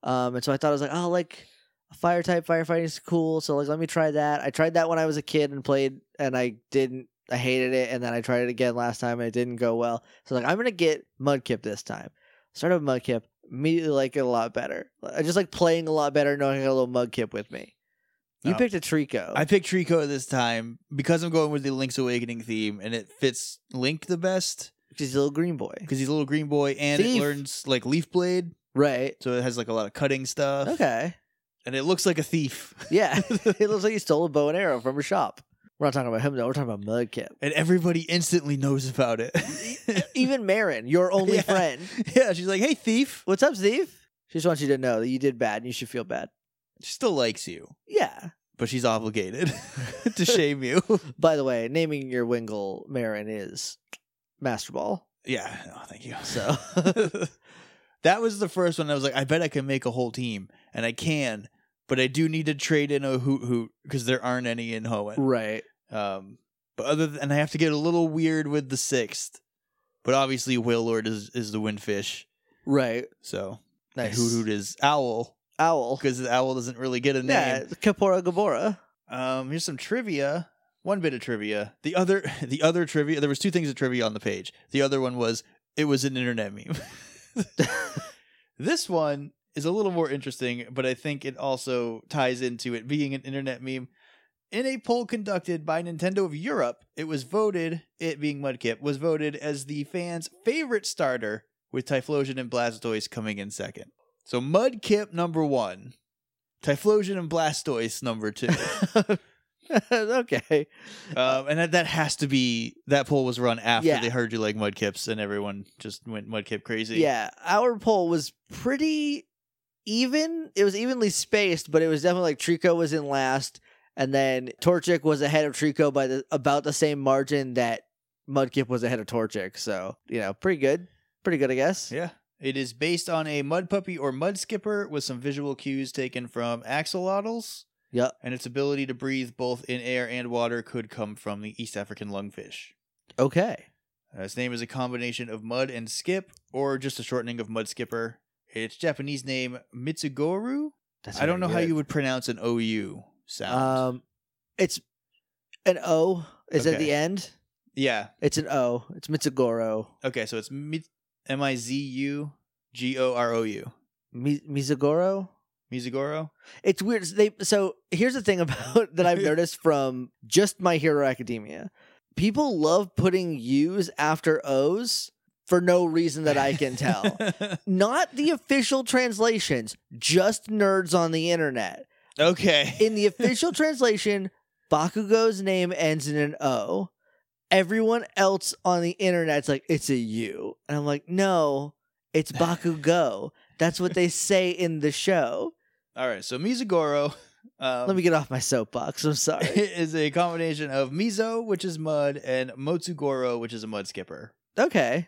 Speaker 1: Um, and so I thought I was like, oh, like a fire type firefighting is cool. So like, let me try that. I tried that when I was a kid and played, and I didn't. I hated it, and then I tried it again last time, and it didn't go well. So like, I'm gonna get Mudkip this time. Started with Mudkip, immediately like it a lot better. I just like playing a lot better, knowing I got a little Mudkip with me. You
Speaker 2: Oh.
Speaker 1: picked a Trico.
Speaker 2: I picked Trico this time because I'm going with the Link's Awakening theme, and it fits Link the best
Speaker 1: He's a little green boy,
Speaker 2: because he's a little green boy, and
Speaker 1: Thief.
Speaker 2: it learns like Leaf Blade,
Speaker 1: right?
Speaker 2: so it has like a lot of cutting stuff.
Speaker 1: Okay.
Speaker 2: and it looks like a thief.
Speaker 1: [laughs]
Speaker 2: [laughs]
Speaker 1: Yeah, it looks like he stole a bow and arrow from a shop. We're not talking about him though. We're talking about Mudkip. [laughs]
Speaker 2: And everybody instantly knows about it. [laughs]
Speaker 1: Even Marin, your only
Speaker 2: Yeah.
Speaker 1: friend.
Speaker 2: yeah, she's like, "Hey, thief!"
Speaker 1: What's up, Steve? She just wants you to know that you did bad and you should feel bad.
Speaker 2: She still likes you,
Speaker 1: Yeah.
Speaker 2: but she's obligated [laughs] to shame you.
Speaker 1: By the way, naming your Wingle Marin is Masterball.
Speaker 2: yeah, no, thank you.
Speaker 1: So
Speaker 2: [laughs] that was the first one. I was like, I bet I can make a whole team, and I can, but I do need to trade in a hoot hoot because there aren't any in Hoenn.
Speaker 1: right,
Speaker 2: Um, but other than, and I have to get a little weird with the sixth. But obviously, Wailord is is the windfish,
Speaker 1: right,
Speaker 2: so and
Speaker 1: nice.
Speaker 2: hoot hoot is owl
Speaker 1: Owl.
Speaker 2: because the owl doesn't really get a name.
Speaker 1: Yeah, it's Kapora Gabora. [laughs]
Speaker 2: Um, here's some trivia. One bit of trivia. The other, [laughs] the other trivia. There was two things of trivia on the page. The other one was it was an internet meme. [laughs] this one is a little more interesting, but I think it also ties into it being an internet meme. In a poll conducted by Nintendo of Europe, it was voted, it being Mudkip, was voted as the fans' favorite starter, with Typhlosion and Blastoise coming in second. So Mudkip number one, Typhlosion and Blastoise number two.
Speaker 1: okay.
Speaker 2: Um, and that, that has to be that poll was run after
Speaker 1: Yeah.
Speaker 2: they heard you like mudkips, and everyone just went mudkip crazy.
Speaker 1: Yeah, our poll was pretty even. It was evenly spaced, but it was definitely like Trico was in last, And then Torchic was ahead of Trico by the, about the same margin that Mudkip was ahead of Torchic. So, you know, pretty good. Pretty good, I guess.
Speaker 2: Yeah. It is based on a mud puppy or mud skipper with some visual cues taken from axolotls.
Speaker 1: Yep.
Speaker 2: And its ability to breathe both in air and water could come from the East African lungfish.
Speaker 1: Okay.
Speaker 2: Uh, its name is a combination of mud and skip, or just a shortening of mud skipper. Its Japanese name Mitsugoru.
Speaker 1: That's
Speaker 2: I don't know
Speaker 1: very
Speaker 2: how
Speaker 1: good.
Speaker 2: you would pronounce an OU sound.
Speaker 1: Um, it's an O. Is at
Speaker 2: Okay.
Speaker 1: the end.
Speaker 2: yeah.
Speaker 1: It's an O. It's Mitsugoro.
Speaker 2: Okay. So it's Mi- M I Z U G O R O U.
Speaker 1: Mi- Mizugoro.
Speaker 2: Mizugoro?
Speaker 1: It's weird. They so here's the thing [laughs] about that I've noticed from just My Hero Academia. People love putting U's after O's for no reason that I can tell. Not the official translations, just nerds on the internet.
Speaker 2: [laughs] okay.
Speaker 1: In the official translation, Bakugo's name ends in an O. Everyone else on the internet's like, it's a U. And I'm like, no, it's Bakugo. That's what they say in the show.
Speaker 2: All right. So Mizugoro. Um, [laughs]
Speaker 1: Let me get off my soapbox. I'm sorry.
Speaker 2: is a combination of mizo, which is mud, and motsugoro, which is a mud skipper.
Speaker 1: okay.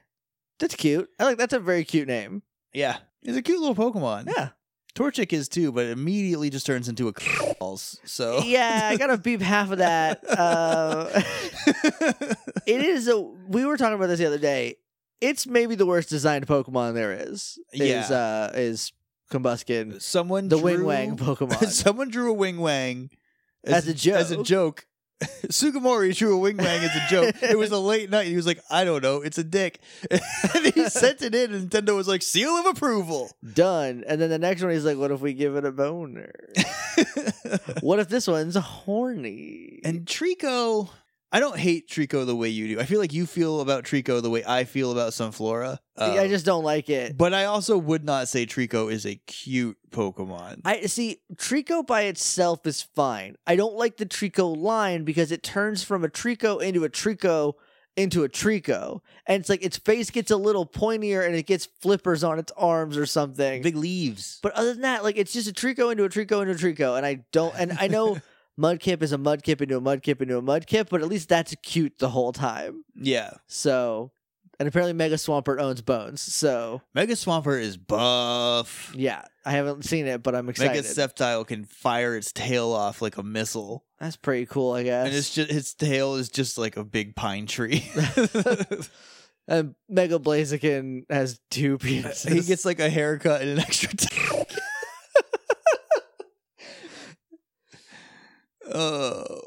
Speaker 1: That's cute. I like that's a very cute name.
Speaker 2: Yeah, it's a cute little Pokemon.
Speaker 1: Yeah.
Speaker 2: Torchic is too, but it immediately just turns into a [laughs] balls. So
Speaker 1: Yeah, I gotta beep half of
Speaker 2: [laughs]
Speaker 1: that. Uh, it is a we were talking about this the other day. It's maybe the worst designed Pokemon there is. Is
Speaker 2: Yeah.
Speaker 1: uh is Combuskin.
Speaker 2: someone
Speaker 1: The
Speaker 2: drew,
Speaker 1: Wing Wang
Speaker 2: [laughs]
Speaker 1: Pokemon.
Speaker 2: someone drew a Wing Wang
Speaker 1: As a
Speaker 2: As a
Speaker 1: joke.
Speaker 2: joke. [laughs] Sugimori drew a Wing Wang as a joke.
Speaker 1: [laughs]
Speaker 2: it was a late night. He was like, "I don't know, it's a dick," [laughs] and
Speaker 1: [laughs]
Speaker 2: he sent it in. And Nintendo was like, "Seal of approval."
Speaker 1: Done. And then the next one he's like, What if we give it a
Speaker 2: [laughs]
Speaker 1: boner? what if this one's horny?
Speaker 2: And Trico, I don't hate Trico the way you do. I feel like you feel about Trico the way I feel about Sunflora. Um,
Speaker 1: I just don't like it.
Speaker 2: but I also would not say Trico is a cute Pokemon.
Speaker 1: I see Trico by itself is fine. I don't like the Trico line because it turns from a Trico into a Trico into a Trico. And it's like its face gets a little pointier and it gets flippers on its arms or something.
Speaker 2: Big leaves.
Speaker 1: but other than that, like it's just a Trico into a Trico into a Trico. And I don't and I
Speaker 2: [laughs]
Speaker 1: know Mudkip is a Mudkip into a Mudkip into a Mudkip, but at least that's cute the whole time.
Speaker 2: Yeah.
Speaker 1: So and apparently Mega Swampert owns bones. So
Speaker 2: Mega Swampert is buff.
Speaker 1: yeah, I haven't seen it, but I'm
Speaker 2: Mega
Speaker 1: excited.
Speaker 2: Sceptile can fire its tail off like a missile.
Speaker 1: that's pretty cool, I guess.
Speaker 2: And it's just its tail is just like a big pine [laughs] tree.
Speaker 1: And Mega Blaziken has [laughs] two penises.
Speaker 2: he gets like a haircut and an extra [laughs] tail. oh.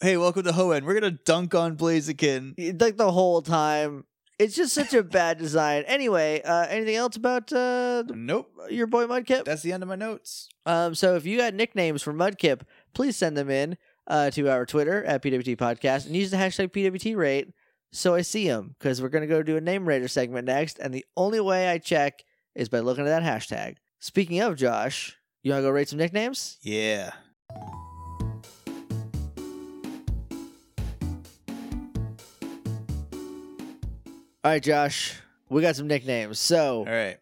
Speaker 2: Hey, welcome to Hoenn. We're gonna dunk on Blaziken.
Speaker 1: like the whole time. It's just such a bad design. Anyway, uh, anything else about uh,
Speaker 2: Nope.
Speaker 1: your boy Mudkip?
Speaker 2: That's the end of my notes.
Speaker 1: Um, so if you got nicknames for Mudkip, please send them in uh, to our Twitter at PWT Podcast and use the hashtag PWT Rate so I see them because we're gonna go do a name raider segment next, and the only way I check is by looking at that hashtag. Speaking of Josh, you wanna go rate some nicknames?
Speaker 2: Yeah.
Speaker 1: All right, Josh, we got some nicknames. So
Speaker 2: All right.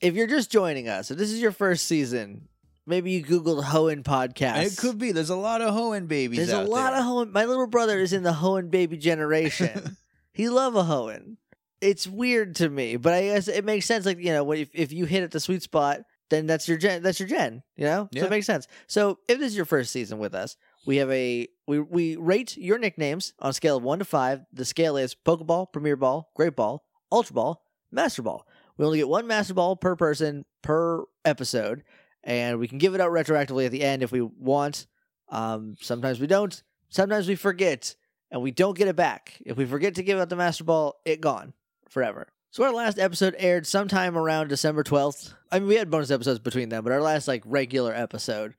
Speaker 1: if you're just joining us, if this is your first season, maybe you Googled Hoenn podcast.
Speaker 2: And it could be. There's a lot of Hoenn babies.
Speaker 1: There's a
Speaker 2: out
Speaker 1: lot
Speaker 2: there.
Speaker 1: of Hoenn. My little brother is in the Hoenn baby
Speaker 2: [laughs]
Speaker 1: generation. he love a Hoenn. It's weird to me, but I guess it makes sense. Like you know, when- if if you hit at the sweet spot, then that's your gen. That's your gen. You know, so
Speaker 2: Yeah.
Speaker 1: it makes sense. So if this is your first season with us, we have a we we rate your nicknames on a scale of one to five. The scale is Pokeball, Premier Ball, Great Ball, Ultra Ball, Master Ball. We only get one Master Ball per person per episode, and we can give it out retroactively at the end if we want. Um, sometimes we don't. Sometimes we forget, and we don't get it back. If we forget to give out the Master Ball, it gone forever. So our last episode aired sometime around December twelfth. I mean, we had bonus episodes between them, but our last like regular episode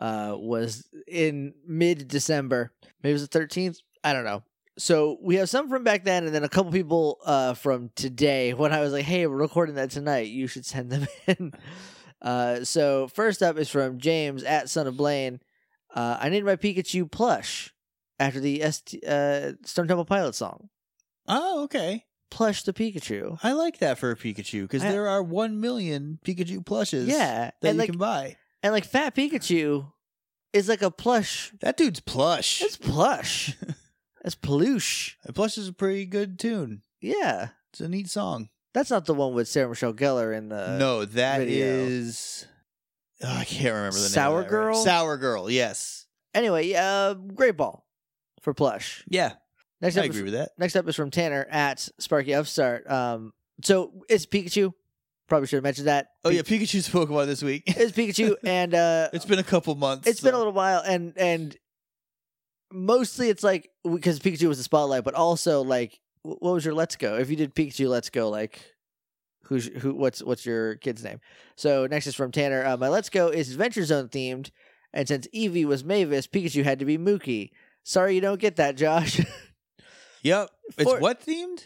Speaker 1: uh, was in mid December. Maybe it was the thirteenth. I don't know. So we have some from back then, and then a couple people uh, from today. [laughs] When I was like, "Hey, we're recording that tonight. You should send them [laughs] in." Uh, so first up is from James at Son of Blaine. Uh, I named my Pikachu plush after the ST, uh, Stone Temple Pilot song.
Speaker 2: Oh, okay.
Speaker 1: Plush the Pikachu.
Speaker 2: I like that for a Pikachu because
Speaker 1: I-
Speaker 2: there are one million Pikachu plushes.
Speaker 1: Yeah,
Speaker 2: that
Speaker 1: and
Speaker 2: you
Speaker 1: like
Speaker 2: can buy.
Speaker 1: and like Fat Pikachu is like a plush.
Speaker 2: That dude's plush.
Speaker 1: It's [laughs] plush. That's plush.
Speaker 2: Plush is a pretty good tune.
Speaker 1: Yeah.
Speaker 2: It's a neat song.
Speaker 1: That's not the one with Sarah Michelle Gellar in the.
Speaker 2: no, that is.
Speaker 1: video.
Speaker 2: Oh, I can't remember the
Speaker 1: Sour
Speaker 2: name. of that
Speaker 1: Girl?
Speaker 2: right- Sour Girl. Yes.
Speaker 1: Anyway, uh, great ball for plush.
Speaker 2: Yeah,
Speaker 1: Next
Speaker 2: I
Speaker 1: up,
Speaker 2: agree
Speaker 1: is,
Speaker 2: with that.
Speaker 1: next up is from Tanner at Sparky Upstart. Um, so it's Pikachu. Probably should have mentioned that.
Speaker 2: Oh yeah, Pikachu's [laughs] Pokemon this week.
Speaker 1: it's [laughs] Pikachu, and uh,
Speaker 2: it's been a couple months.
Speaker 1: it's been a
Speaker 2: so-
Speaker 1: little while and and mostly it's like because pikachu was the spotlight but also like wh- what was your let's go if you did pikachu let's go like who's who what's what's your kid's name so next is from tanner uh, my let's go is adventure zone themed and since Eevee was mavis pikachu had to be mookie sorry you don't get that josh [laughs]
Speaker 2: Yep. It's
Speaker 1: For-
Speaker 2: what themed?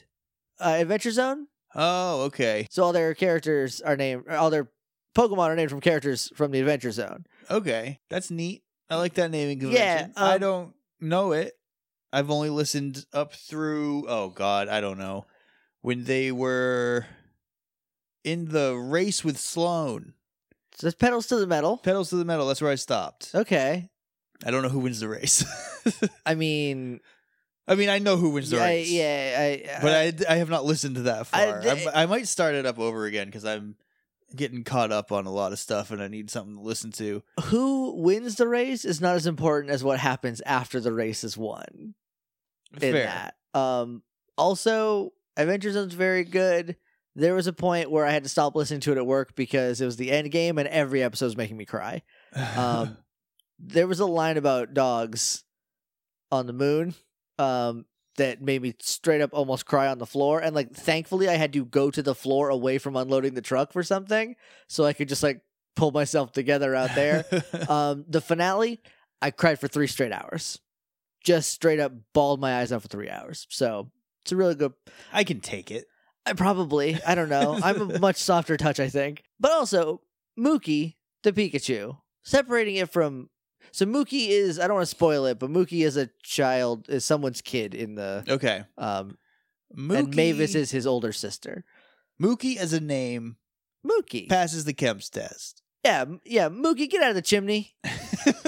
Speaker 1: uh, adventure zone
Speaker 2: Oh, okay.
Speaker 1: so all their characters are named or all their pokemon are named from characters from the adventure zone
Speaker 2: Okay. That's neat. I like that naming
Speaker 1: Yeah,
Speaker 2: convention. I
Speaker 1: um,
Speaker 2: don't know it. I've only listened up through oh god, I don't know. When they were in the race with Sloan.
Speaker 1: so that's pedals to the metal
Speaker 2: Pedals to the metal, that's where I stopped.
Speaker 1: okay
Speaker 2: I don't know who wins the race. [laughs]
Speaker 1: i mean
Speaker 2: I mean I know who wins the
Speaker 1: I-
Speaker 2: race.
Speaker 1: yeah, I,
Speaker 2: But I, I have not listened to that
Speaker 1: I
Speaker 2: far. I,
Speaker 1: d-
Speaker 2: I might start it up over again because I'm getting caught up on a lot of stuff and I need something to listen to.
Speaker 1: who wins the race is not as important as what happens after the race is won. In
Speaker 2: Fair.
Speaker 1: that, um, also, Adventure Zone's very good. There was a point where I had to stop listening to it at work because it was the end game, and every episode was making me cry.
Speaker 2: [laughs]
Speaker 1: Um, there was a line about dogs on the moon um, that made me straight up almost cry on the floor. And like, thankfully, I had to go to the floor away from unloading the truck for something, so I could just like pull myself together out there. um, the finale, I cried for three straight hours. Just straight up bawled my eyes out for three hours. So it's a really good.
Speaker 2: [laughs] I can take it.
Speaker 1: I probably I don't know. I'm a much softer touch, I think. But also Mookie the Pikachu, separating it from. So Mookie is I don't want to spoil it, but Mookie is a child, is someone's kid in the
Speaker 2: Okay.
Speaker 1: um,
Speaker 2: Mookie,
Speaker 1: and Mavis is his older sister.
Speaker 2: Mookie as a name
Speaker 1: Mookie,
Speaker 2: passes the Kemp's test. [laughs]
Speaker 1: yeah, m- yeah, Mookie, get out of the chimney.
Speaker 2: what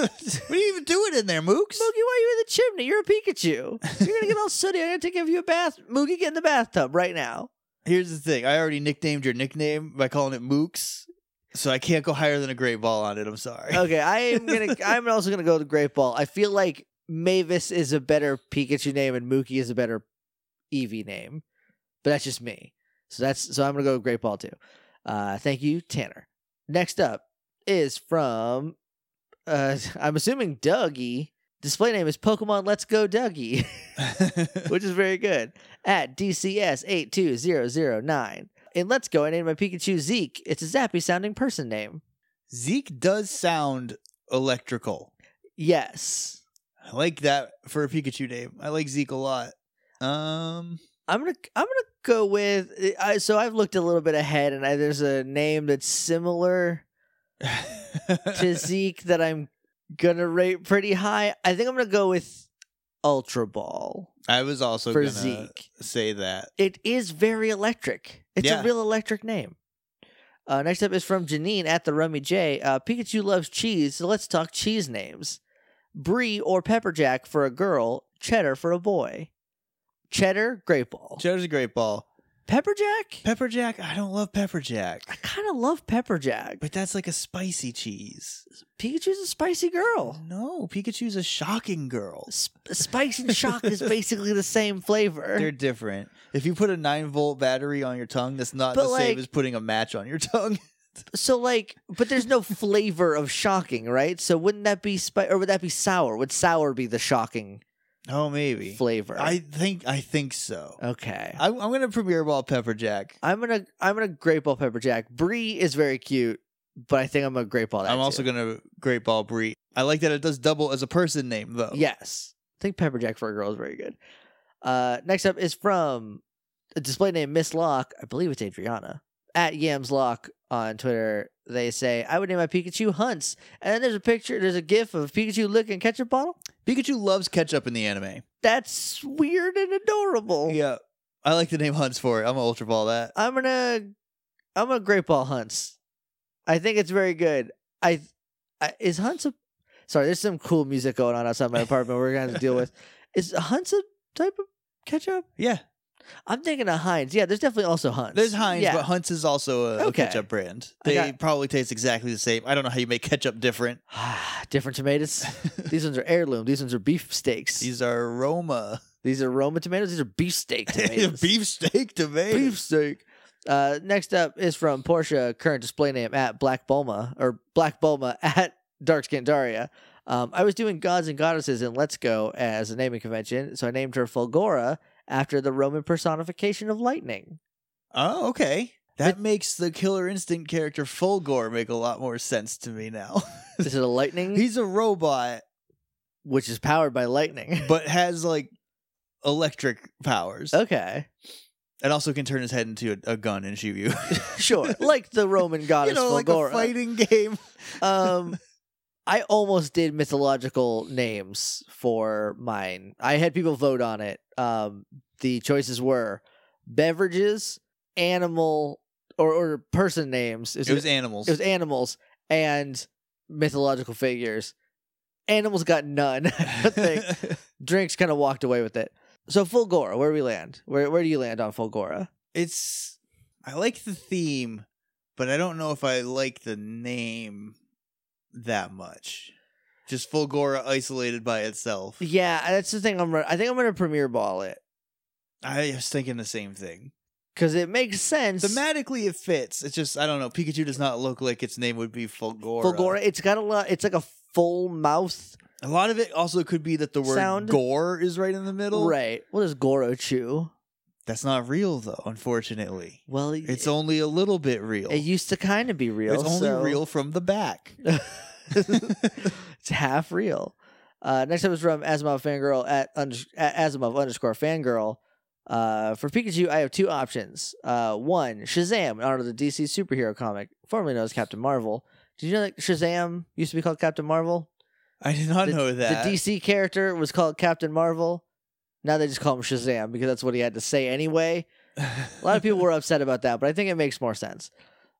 Speaker 2: are you even doing in there, Mooks?
Speaker 1: Moogie, why are you in the chimney? You're a Pikachu. You're gonna get all sooty. I'm gonna take give you a bath. Moogie, get in the bathtub right now.
Speaker 2: Here's the thing. I already nicknamed your nickname by calling it Mooks, so I can't go higher than a great ball on it. I'm sorry.
Speaker 1: Okay, I am gonna. I'm also gonna go with the Great Ball. I feel like Mavis is a better Pikachu name and Mookie is a better Eevee name, but that's just me. So that's so I'm gonna go with Great Ball too. Uh, thank you, Tanner. Next up is from. Uh, [laughs] I'm assuming Dougie. Display name is Pokemon Let's Go Dougie. [laughs] which is very good. At DCS eight two zero zero nine. And let's go. I named my Pikachu Zeke. It's a zappy sounding person name.
Speaker 2: [laughs] Zeke does sound electrical.
Speaker 1: Yes.
Speaker 2: I like that for a Pikachu name. I like Zeke a lot. Um, [laughs]
Speaker 1: I'm gonna I'm gonna go with I, so I've looked a little bit ahead and I, there's a name that's similar
Speaker 2: [laughs]
Speaker 1: to Zeke that I'm gonna rate pretty high. I think I'm gonna go with Ultra Ball
Speaker 2: I was also
Speaker 1: for
Speaker 2: gonna
Speaker 1: Zeke.
Speaker 2: say that.
Speaker 1: It is very electric. It's
Speaker 2: Yeah.
Speaker 1: a real electric name. Uh, next up is from Janine at the Rummy J. Uh, Pikachu loves cheese, so let's talk cheese names. Brie or Pepper Jack for a girl, Cheddar for a boy. Cheddar, Great Ball.
Speaker 2: Cheddar's a great ball.
Speaker 1: Pepper Jack?
Speaker 2: Pepper Jack, I don't love
Speaker 1: [laughs]
Speaker 2: Pepper
Speaker 1: I
Speaker 2: Jack,
Speaker 1: kind of love Pepper Jack.
Speaker 2: but that's like a spicy cheese.
Speaker 1: Pikachu's a spicy girl.
Speaker 2: No, Pikachu's a shocking girl.
Speaker 1: Sp- spice and shock is basically the same flavor.
Speaker 2: They're different. If you put a nine volt battery on your tongue, that's not
Speaker 1: But,
Speaker 2: the
Speaker 1: like-
Speaker 2: same as putting a match on your tongue. [laughs]
Speaker 1: So like, but there's no flavor of shocking, right? So wouldn't that be spi- or would that be sour? Would sour be the shocking
Speaker 2: Oh, maybe.
Speaker 1: flavor?
Speaker 2: I think I think so.
Speaker 1: okay.
Speaker 2: I'm, I'm gonna premiere ball Pepper Jack.
Speaker 1: I'm gonna I'm gonna grape ball pepper jack. Brie is very cute, but I think I'm gonna grape ball that.
Speaker 2: I'm also gonna great ball Bree. I like that it does double as a person name though.
Speaker 1: gonna yes. I think pepper jack for a girl is very good. Uh, next up is from a display name Miss Locke. I believe it's Adriana at Yams Locke on Twitter. They say I would name my Pikachu Hunts, and then there's a picture. There's a GIF of Pikachu licking ketchup bottle.
Speaker 2: Pikachu loves ketchup in the anime.
Speaker 1: That's weird and adorable.
Speaker 2: Yeah. I like the name Hunts for it. I'm gonna ultra ball that.
Speaker 1: I'm gonna I'm gonna great ball hunts. I think it's very good. I, I is hunts a Sorry, there's some cool music going on outside my apartment. We're gonna have to deal
Speaker 2: [laughs]
Speaker 1: with. Is Hunt's a type of ketchup?
Speaker 2: Yeah,
Speaker 1: I'm thinking of Heinz. Yeah, there's definitely also Hunt's.
Speaker 2: there's Heinz,
Speaker 1: Yeah.
Speaker 2: but Hunt's is also a, a
Speaker 1: Okay.
Speaker 2: ketchup brand.
Speaker 1: I
Speaker 2: They
Speaker 1: got-
Speaker 2: probably taste exactly the same. I don't know how you make
Speaker 1: [laughs]
Speaker 2: ketchup different.
Speaker 1: [sighs] different tomatoes. These ones are heirloom. These ones are beef steaks. These,
Speaker 2: These are Roma
Speaker 1: are Roma tomatoes. These are
Speaker 2: [laughs]
Speaker 1: beefsteak [laughs] tomatoes.
Speaker 2: beefsteak tomatoes.
Speaker 1: Beefsteak. Uh, next up is from Porsche, current display name at Black Bulma or Black Bulma [laughs] at Dark Scandaria. Um, I was doing gods and goddesses in Let's Go as a naming convention, so I named her Fulgora after the Roman personification of lightning.
Speaker 2: Oh, okay. That makes the Killer Instinct character Fulgore make a lot more sense to
Speaker 1: [laughs]
Speaker 2: me now. [laughs]
Speaker 1: This is a lightning,
Speaker 2: He's a robot,
Speaker 1: which is powered by lightning. [laughs]
Speaker 2: but has like electric powers,
Speaker 1: okay,
Speaker 2: and also can turn his head into a, a gun and shoot you. [laughs]
Speaker 1: sure, like the Roman goddess
Speaker 2: you know, like
Speaker 1: Fulgora.
Speaker 2: a
Speaker 1: [laughs]
Speaker 2: fighting game.
Speaker 1: um I almost did mythological names for mine. I had people vote on it. Um the choices were beverages, animal or, or person names.
Speaker 2: It was animals.
Speaker 1: it was animals and mythological figures. Animals got none. [laughs] I don't think. Drinks kind of walked away with it. So Fulgora, where we land? Where where do you land on Fulgora?
Speaker 2: [laughs] it's I like the theme, but I don't know if I like the name that much. Just Fulgora isolated by itself.
Speaker 1: Yeah, that's the thing. I'm. run- I think I'm gonna premiere ball it
Speaker 2: I was thinking the same thing.
Speaker 1: because it makes sense.
Speaker 2: Thematically, it fits. It's just I don't know. Pikachu does not look like its name would be Fulgora.
Speaker 1: Fulgora. It's got a lot. It's like a full mouth.
Speaker 2: A lot of it also could be that the word
Speaker 1: Sound.
Speaker 2: "gore" is right in the middle.
Speaker 1: Right. What is Goro chew?
Speaker 2: That's not real though. Unfortunately,
Speaker 1: Well,
Speaker 2: it's
Speaker 1: it,
Speaker 2: only a little bit real.
Speaker 1: it used to kind of be real.
Speaker 2: it's only
Speaker 1: so-
Speaker 2: real from
Speaker 1: [laughs]
Speaker 2: the back. [laughs]
Speaker 1: it's half real. Uh, next up is from Asimov Fangirl at, unders- at Asimov underscore Fangirl. Uh, for Pikachu, I have two options. Uh, one, Shazam, in honor of the DC superhero comic, formerly known as Captain Marvel. Did you know that Shazam used to be called Captain Marvel?
Speaker 2: I did not know that. [laughs]
Speaker 1: The DC character was called Captain Marvel. Now they just call him Shazam because that's what he had to say anyway. A lot of people were upset about that, but I think it makes more sense.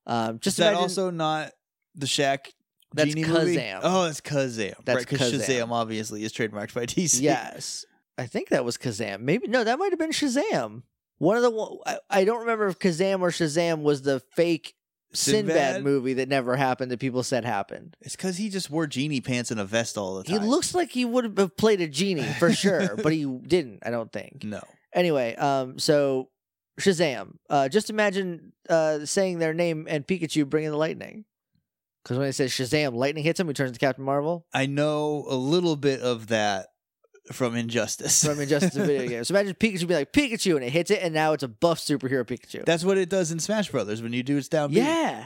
Speaker 1: Um,
Speaker 2: Is
Speaker 1: just
Speaker 2: that
Speaker 1: imagine-
Speaker 2: also not the Shaq?
Speaker 1: That's
Speaker 2: Genie movie?
Speaker 1: Kazam.
Speaker 2: Oh, it's Kazam.
Speaker 1: That's
Speaker 2: right, because
Speaker 1: Kazam.
Speaker 2: Shazam obviously is trademarked by [laughs] DC.
Speaker 1: yes, I think that was Kazam. Maybe no, that might have been Shazam. One of the one, I, I don't remember if Kazam or Shazam was the fake Sinbad,
Speaker 2: Sinbad?
Speaker 1: movie that never happened that people said happened.
Speaker 2: It's because he just wore genie pants and a vest all the
Speaker 1: He
Speaker 2: time.
Speaker 1: looks like he would have uh, played a genie for sure, but he [laughs] didn't. I don't think.
Speaker 2: no.
Speaker 1: Anyway, um, so Shazam. Uh, just imagine uh, saying their name and Pikachu bringing the lightning. Because when it says Shazam, lightning hits him. He turns into Captain Marvel
Speaker 2: I know a little bit of that from Injustice.
Speaker 1: from Injustice of
Speaker 2: [laughs]
Speaker 1: Video Games. So imagine Pikachu being like Pikachu, and it hits it, and now it's a buff superhero Pikachu.
Speaker 2: That's what it does in Smash Brothers when you do its down. B.
Speaker 1: yeah,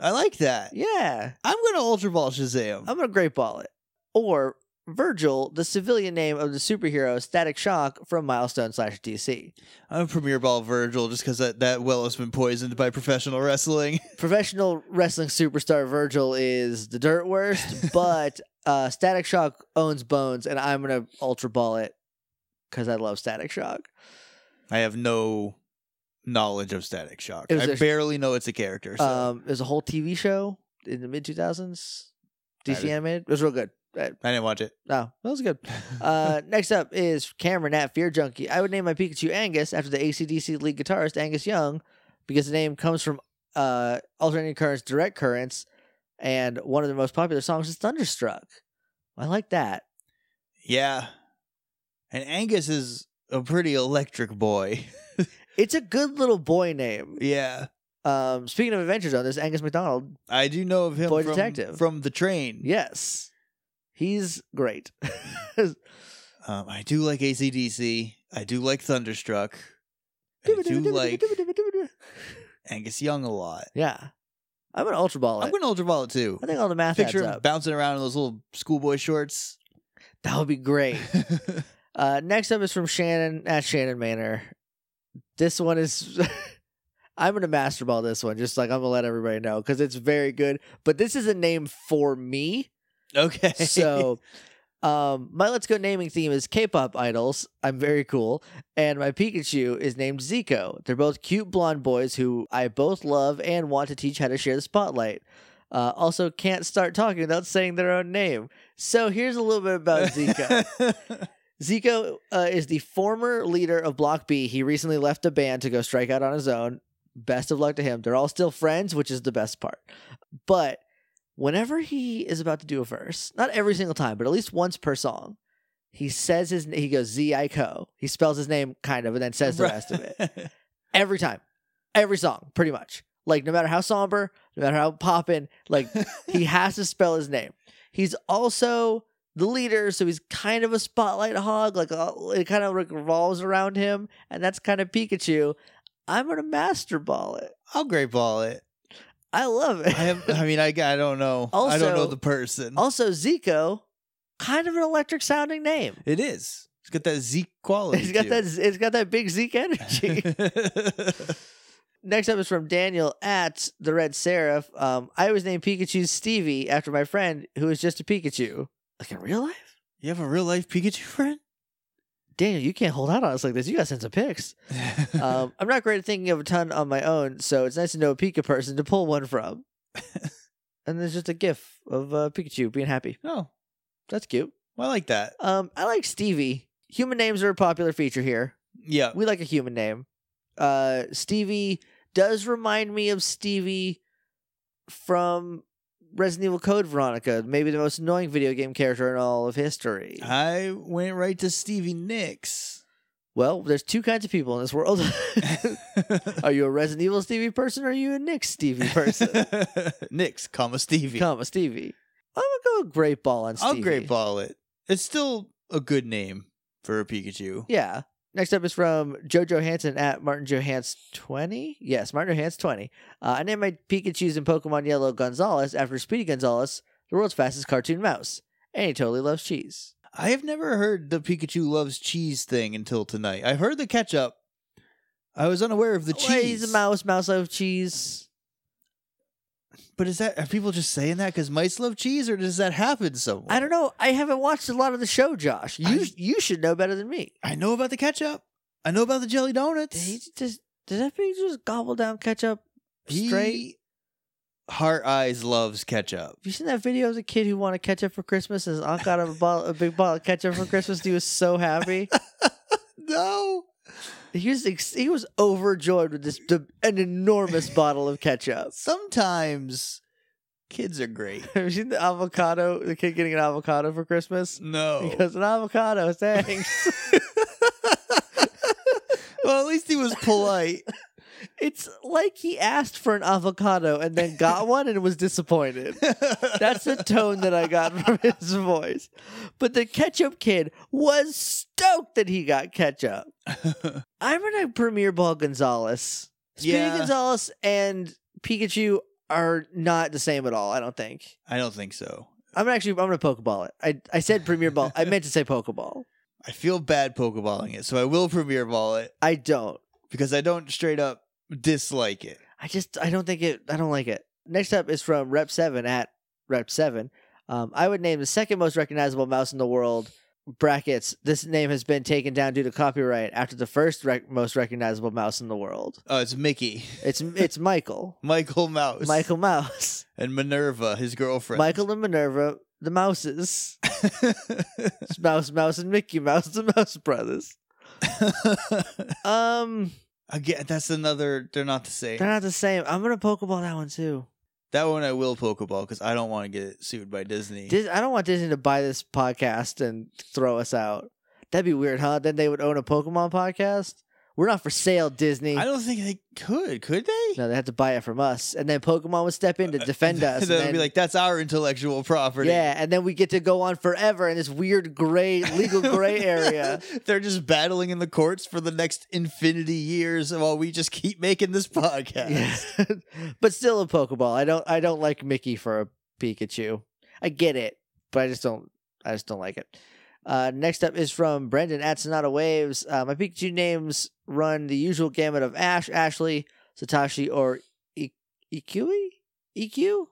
Speaker 2: I like that.
Speaker 1: yeah. Oh.
Speaker 2: I'm gonna Ultra Ball Shazam.
Speaker 1: I'm gonna great ball it. Or Virgil, the civilian name of the superhero Static Shock from Milestone slash DC.
Speaker 2: I'm a Premier Ball Virgil just because that, that well has been poisoned by professional wrestling. [laughs]
Speaker 1: Professional wrestling superstar Virgil is the dirt worst, but uh, Static Shock owns Bones, and I'm gonna ultra ball it because I love Static Shock.
Speaker 2: I have no knowledge of Static Shock.
Speaker 1: It was
Speaker 2: I
Speaker 1: a-
Speaker 2: barely know it's a character. So.
Speaker 1: Um, there's a whole TV show in the mid 2000s,
Speaker 2: I
Speaker 1: DC
Speaker 2: didn't-
Speaker 1: animated. It was real good. Uh,
Speaker 2: I didn't watch it.
Speaker 1: No, that was
Speaker 2: [laughs]
Speaker 1: good. Uh, next up is Cameron at Fear Junkie. I would name my Pikachu Angus after the ACDC lead guitarist Angus Young because the name comes from uh, alternating currents, direct currents, and one of their most popular songs is Thunderstruck. I like that.
Speaker 2: Yeah. And Angus is a pretty electric boy. [laughs]
Speaker 1: It's a good little boy name.
Speaker 2: yeah.
Speaker 1: Um, speaking of Adventure Zone, there's Angus McDonald.
Speaker 2: I do know of him
Speaker 1: Boy
Speaker 2: from,
Speaker 1: detective.
Speaker 2: from the train.
Speaker 1: Yes, he's great.
Speaker 2: Um, I do like ACDC. I do like Thunderstruck. I [laughs] do like Angus Young a lot.
Speaker 1: yeah, I'm an ultra ball.
Speaker 2: I'm
Speaker 1: it.
Speaker 2: going to Ultra Ball it too.
Speaker 1: I think all the math
Speaker 2: Picture
Speaker 1: adds
Speaker 2: him
Speaker 1: up.
Speaker 2: bouncing around in those little schoolboy shorts.
Speaker 1: That would be
Speaker 2: [laughs]
Speaker 1: great. Uh, next up is from Shannon at Shannon Manor. This one is. [laughs] I'm gonna masterball this one, just like I'm gonna let everybody know because it's very good. But this is a name for me,
Speaker 2: okay.
Speaker 1: so um, my let's go naming theme is K-pop idols. I'm very cool, and my Pikachu is named Zico. They're both cute blonde boys who I both love and want to teach how to share the spotlight. Uh, also, can't start talking without saying their own name. So here's a little bit
Speaker 2: [laughs]
Speaker 1: about Zico. Zico uh, is the former leader of Block B. He recently left the band to go strike out on his own. Best of luck to him. They're all still friends, which is the best part. But whenever he is about to do a verse, not every single time, but at least once per song, he says his he goes Zico. He spells his name kind of, and then says the rest of it every time, every song, pretty much. Like no matter how somber, no matter how poppin', like he has to spell his name. He's also the leader, so he's kind of a spotlight hog. Like uh, it kind of like revolves around him, and that's kind of Pikachu. I'm gonna master ball it.
Speaker 2: I'll great ball it.
Speaker 1: I love it.
Speaker 2: I, am, I mean, I, I don't know. I
Speaker 1: Also-
Speaker 2: don't know the person.
Speaker 1: [laughs] also, Zico, kind of an electric sounding name.
Speaker 2: it is. It's got that Zeke quality.
Speaker 1: It's got
Speaker 2: to
Speaker 1: that. It's got that big Zeke energy.
Speaker 2: it.
Speaker 1: Next up is from Daniel at the Red Seraph. Um, I always named Pikachu Stevie after my friend who is just a Pikachu. Like in real life?
Speaker 2: you have a real life Pikachu friend?
Speaker 1: Daniel, you can't hold out on us like this. You got sense of pics. Um, I'm not great at thinking of a ton on my own, so it's nice to know a Pika person to pull one from. and there's just a gif of uh, Pikachu being happy.
Speaker 2: oh,
Speaker 1: That's cute.
Speaker 2: I like that.
Speaker 1: Um, I like Stevie. Human names are a popular feature here.
Speaker 2: Yeah.
Speaker 1: We like a human name. Uh, Stevie does remind me of Stevie from Resident Evil Code Veronica, maybe the most annoying video game character in all of history.
Speaker 2: I went right to Stevie Nicks.
Speaker 1: Well, there's two kinds of people [laughs] in this world. [laughs]
Speaker 2: person.
Speaker 1: are you a Resident Evil Stevie person or are you a Nick Stevie person?
Speaker 2: [laughs] Nicks, comma Stevie.
Speaker 1: Come a Stevie. I'm gonna go great ball on Stevie.
Speaker 2: I'll great ball it. It's still a good name for a Pikachu.
Speaker 1: Yeah. Next up is from Joe Johansson at Martin Johans twenty. Yes, Martin Johans twenty. Uh, I named my Pikachu's in Pokemon Yellow Gonzalez after Speedy Gonzalez, the world's fastest cartoon mouse, and he totally loves cheese.
Speaker 2: I have never heard the Pikachu loves cheese thing until tonight. I've heard the ketchup. I was unaware of the
Speaker 1: Well,
Speaker 2: cheese.
Speaker 1: he's a mouse. Mouse loves cheese.
Speaker 2: But is that are people just saying that because mice love cheese, or does that happen somewhere?
Speaker 1: I don't know. I haven't watched a lot of the show, Josh. You
Speaker 2: I-
Speaker 1: you should know better than me.
Speaker 2: I know about the ketchup. I know about the jelly donuts.
Speaker 1: Did he just did that Pikachu just gobble down ketchup
Speaker 2: He-
Speaker 1: straight?
Speaker 2: Heart Eyes loves ketchup.
Speaker 1: Have you seen that video of the kid who wanted ketchup for Christmas? and His aunt got him a, bottle, a big bottle of ketchup for Christmas. And he was so happy.
Speaker 2: No.
Speaker 1: He was ex- he was overjoyed with this the, an enormous bottle of ketchup. [laughs]
Speaker 2: Sometimes kids are great.
Speaker 1: Have you seen the avocado? The kid getting an avocado for Christmas.
Speaker 2: [laughs] No.
Speaker 1: He goes an avocado, thanks.
Speaker 2: well, at least he was [laughs] polite.
Speaker 1: it's like he asked for an avocado and then got one and was disappointed. That's the tone that I got from his voice. But the ketchup kid was stoked that he got ketchup. I'm gonna premiere ball Gonzalez. Speedy
Speaker 2: Yeah.
Speaker 1: Gonzalez and Pikachu are not the same at all. I don't think.
Speaker 2: [laughs] I don't think so.
Speaker 1: I'm actually I'm gonna pokeball it. I I said premier ball. I meant to say pokeball.
Speaker 2: I feel bad pokeballing it, so I will premiere ball it
Speaker 1: I don't.
Speaker 2: because I don't straight up dislike it.
Speaker 1: I just I don't think it. I don't like it. Next up is from Rep Seven at Rep Seven. Um, I would name the second most recognizable mouse in the world. Brackets. This name has been taken down due to copyright after the first rec- most recognizable mouse in the world.
Speaker 2: Oh, it's Mickey, [laughs]
Speaker 1: It's it's Michael.
Speaker 2: Michael Mouse,
Speaker 1: Michael Mouse.
Speaker 2: and Minerva, his girlfriend.
Speaker 1: Michael and Minerva, the
Speaker 2: [laughs]
Speaker 1: Mouses. It's mouse, Mouse, and Mickey Mouse, the Mouse Brothers. Um,
Speaker 2: Again, that's another. They're not the same.
Speaker 1: they're not the same. I'm gonna pokeball that one too.
Speaker 2: that one I will pokeball because I don't want to get sued by Disney.
Speaker 1: Dis- I don't want Disney to buy this podcast and throw us out. That'd be weird, huh? Then they would own a Pokemon podcast. We're not for sale, Disney.
Speaker 2: I don't think they could. Could they?
Speaker 1: No, they have to buy it from us, and then Pokemon would step
Speaker 2: [laughs]
Speaker 1: in to defend us. and
Speaker 2: They'll
Speaker 1: then-
Speaker 2: be like, "That's our intellectual property."
Speaker 1: yeah, and then we get to go on forever in this weird gray legal
Speaker 2: [laughs]
Speaker 1: gray area.
Speaker 2: They're just battling in the courts for the next infinity years while we just keep making this podcast.
Speaker 1: Yeah. [laughs] but still a Pokeball. I don't I don't like Mickey for a Pikachu. I get it, but I just don't I just don't like it. Uh, next up is from Brendan at Sonata Waves. Uh, my Pikachu names run the usual gamut of Ash, Ashley, Satoshi, or E-, I- Ikue? EQ?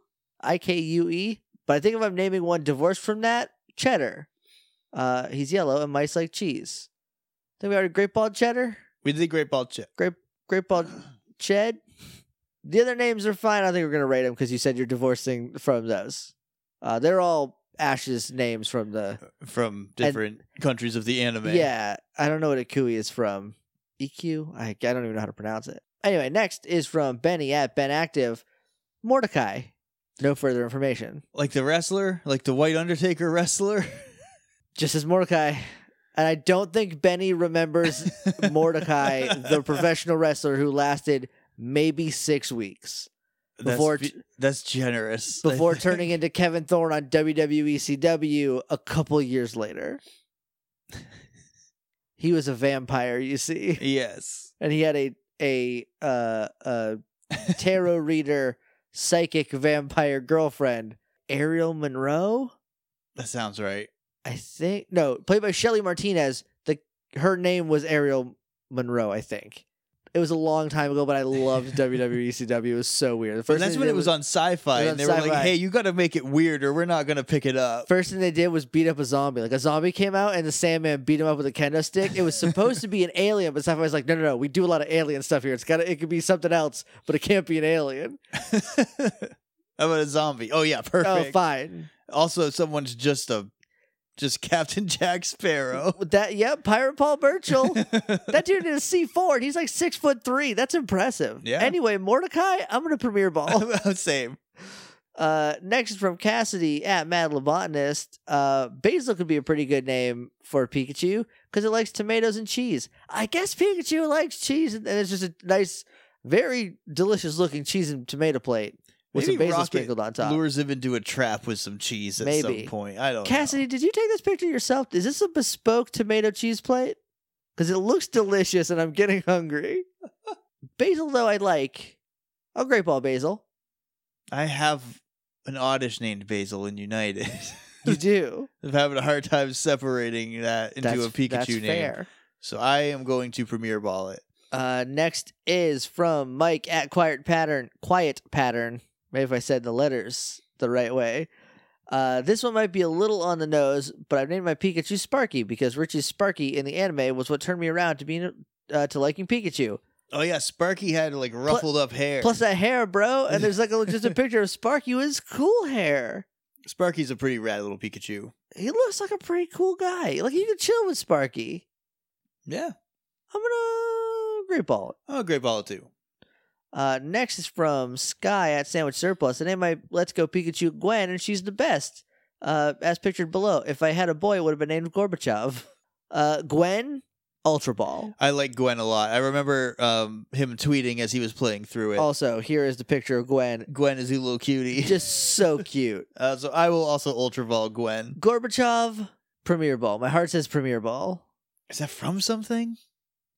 Speaker 1: IKUE? E? But I think if I'm naming one divorced from that, Cheddar. Uh, he's yellow and mice like cheese. Then we already Great Ball Cheddar?
Speaker 2: We did a great ball check.
Speaker 1: Great Ball Ched? The other names are fine. I don't think we're gonna rate them because you said you're divorcing from those. Uh, they're all Ash's names from the.
Speaker 2: from different countries of the anime.
Speaker 1: Yeah, I don't know what Ikui is from. EQ? I, I don't even know how to pronounce it. Anyway, next is from Benny at Ben Active, Mordecai. No further information.
Speaker 2: Like the wrestler, like the White Undertaker wrestler.
Speaker 1: Just as Mordecai. And I don't think Benny remembers [laughs] Mordecai,
Speaker 2: [laughs]
Speaker 1: the professional wrestler who lasted maybe six weeks before
Speaker 2: that's, be- that's generous. [laughs] I
Speaker 1: before
Speaker 2: think.
Speaker 1: turning into Kevin Thorne on WWE CW a couple years later. He was a vampire, you see.
Speaker 2: [laughs] Yes.
Speaker 1: and he had a a uh, a tarot reader psychic vampire girlfriend Ariel Monroe
Speaker 2: That sounds right.
Speaker 1: I think no played by Shelley Martinez the her name was Ariel Monroe I think it was a long time ago but I loved WWE CW it was so weird the
Speaker 2: But
Speaker 1: first
Speaker 2: that's
Speaker 1: thing
Speaker 2: when
Speaker 1: they
Speaker 2: it was
Speaker 1: did
Speaker 2: on sci-fi,
Speaker 1: it was on
Speaker 2: and they were like,
Speaker 1: sci-fi.
Speaker 2: "Hey, you got to make it weird, or we're not gonna pick it up."
Speaker 1: First thing they did was beat up a zombie. Like a zombie came out and the Sandman beat him up with a kendo stick. It was supposed to be an alien, but sci-fi was like, no, no, no. We do a lot of alien stuff here. It's got to it could be something else, but it can't be an alien.
Speaker 2: How about a zombie? Oh yeah,
Speaker 1: Oh,
Speaker 2: perfect.
Speaker 1: fine.
Speaker 2: also, someone's just a just [laughs] Captain
Speaker 1: [laughs]
Speaker 2: Jack Sparrow.
Speaker 1: With That yep, Pirate Paul
Speaker 2: [laughs]
Speaker 1: Burchill. that dude is C four. He's like six foot three. That's impressive.
Speaker 2: Yeah.
Speaker 1: Anyway, Mordecai, I'm gonna premiere
Speaker 2: [laughs]
Speaker 1: ball.
Speaker 2: Same.
Speaker 1: uh, next is from Cassidy at Mad Lobotanist. Uh, Basil could be a pretty good name for Pikachu because it likes tomatoes and cheese. I guess Pikachu likes cheese, and and it's just a nice, very delicious looking cheese and tomato plate with
Speaker 2: Maybe
Speaker 1: some basil
Speaker 2: Rocket
Speaker 1: sprinkled on top.
Speaker 2: Lures him into a trap with some cheese at
Speaker 1: Maybe.
Speaker 2: some point. I don't.
Speaker 1: Cassidy, did you take this picture yourself? Is this a bespoke tomato cheese plate? Because it looks delicious and I'm getting hungry. basil, though, I like. Oh, great ball, basil.
Speaker 2: know. I have an oddish named Basil in United. [laughs]
Speaker 1: You do.
Speaker 2: I'm having a hard time separating that into
Speaker 1: that's,
Speaker 2: a Pikachu
Speaker 1: that's
Speaker 2: name.
Speaker 1: fair.
Speaker 2: So I am going to premiere ball it.
Speaker 1: Uh, next is from Mike at Quiet Pattern. Quiet Pattern. Maybe if I said the letters the right way. Uh, this one might be a little on the nose, but I've named my Pikachu Sparky because Richie's Sparky in the anime was what turned me around to being uh, to liking Pikachu.
Speaker 2: Oh yeah, Sparky had like ruffled up hair.
Speaker 1: Plus that hair, bro. And there's like a, just a picture of Sparky with his cool hair.
Speaker 2: Sparky's a pretty rad little Pikachu.
Speaker 1: He looks like a pretty cool guy. Like you could chill with Sparky.
Speaker 2: Yeah.
Speaker 1: I'm gonna great ball. it.
Speaker 2: Oh, great ball too.
Speaker 1: Uh, next is from Sky at Sandwich Surplus. The name I Let's Go Pikachu Gwen, and she's the best. Uh, as pictured below. If I had a boy, it would have been named Gorbachev. [laughs] Uh, Gwen, Ultra Ball.
Speaker 2: I like Gwen a lot. I remember um, him tweeting as he was playing through it.
Speaker 1: Also, here is the picture of Gwen.
Speaker 2: Gwen is a little cutie.
Speaker 1: Just so cute.
Speaker 2: [laughs] Uh, so I will also ultra ball Gwen.
Speaker 1: Gorbachev, Premier Ball. My heart says Premier Ball.
Speaker 2: Is that from something?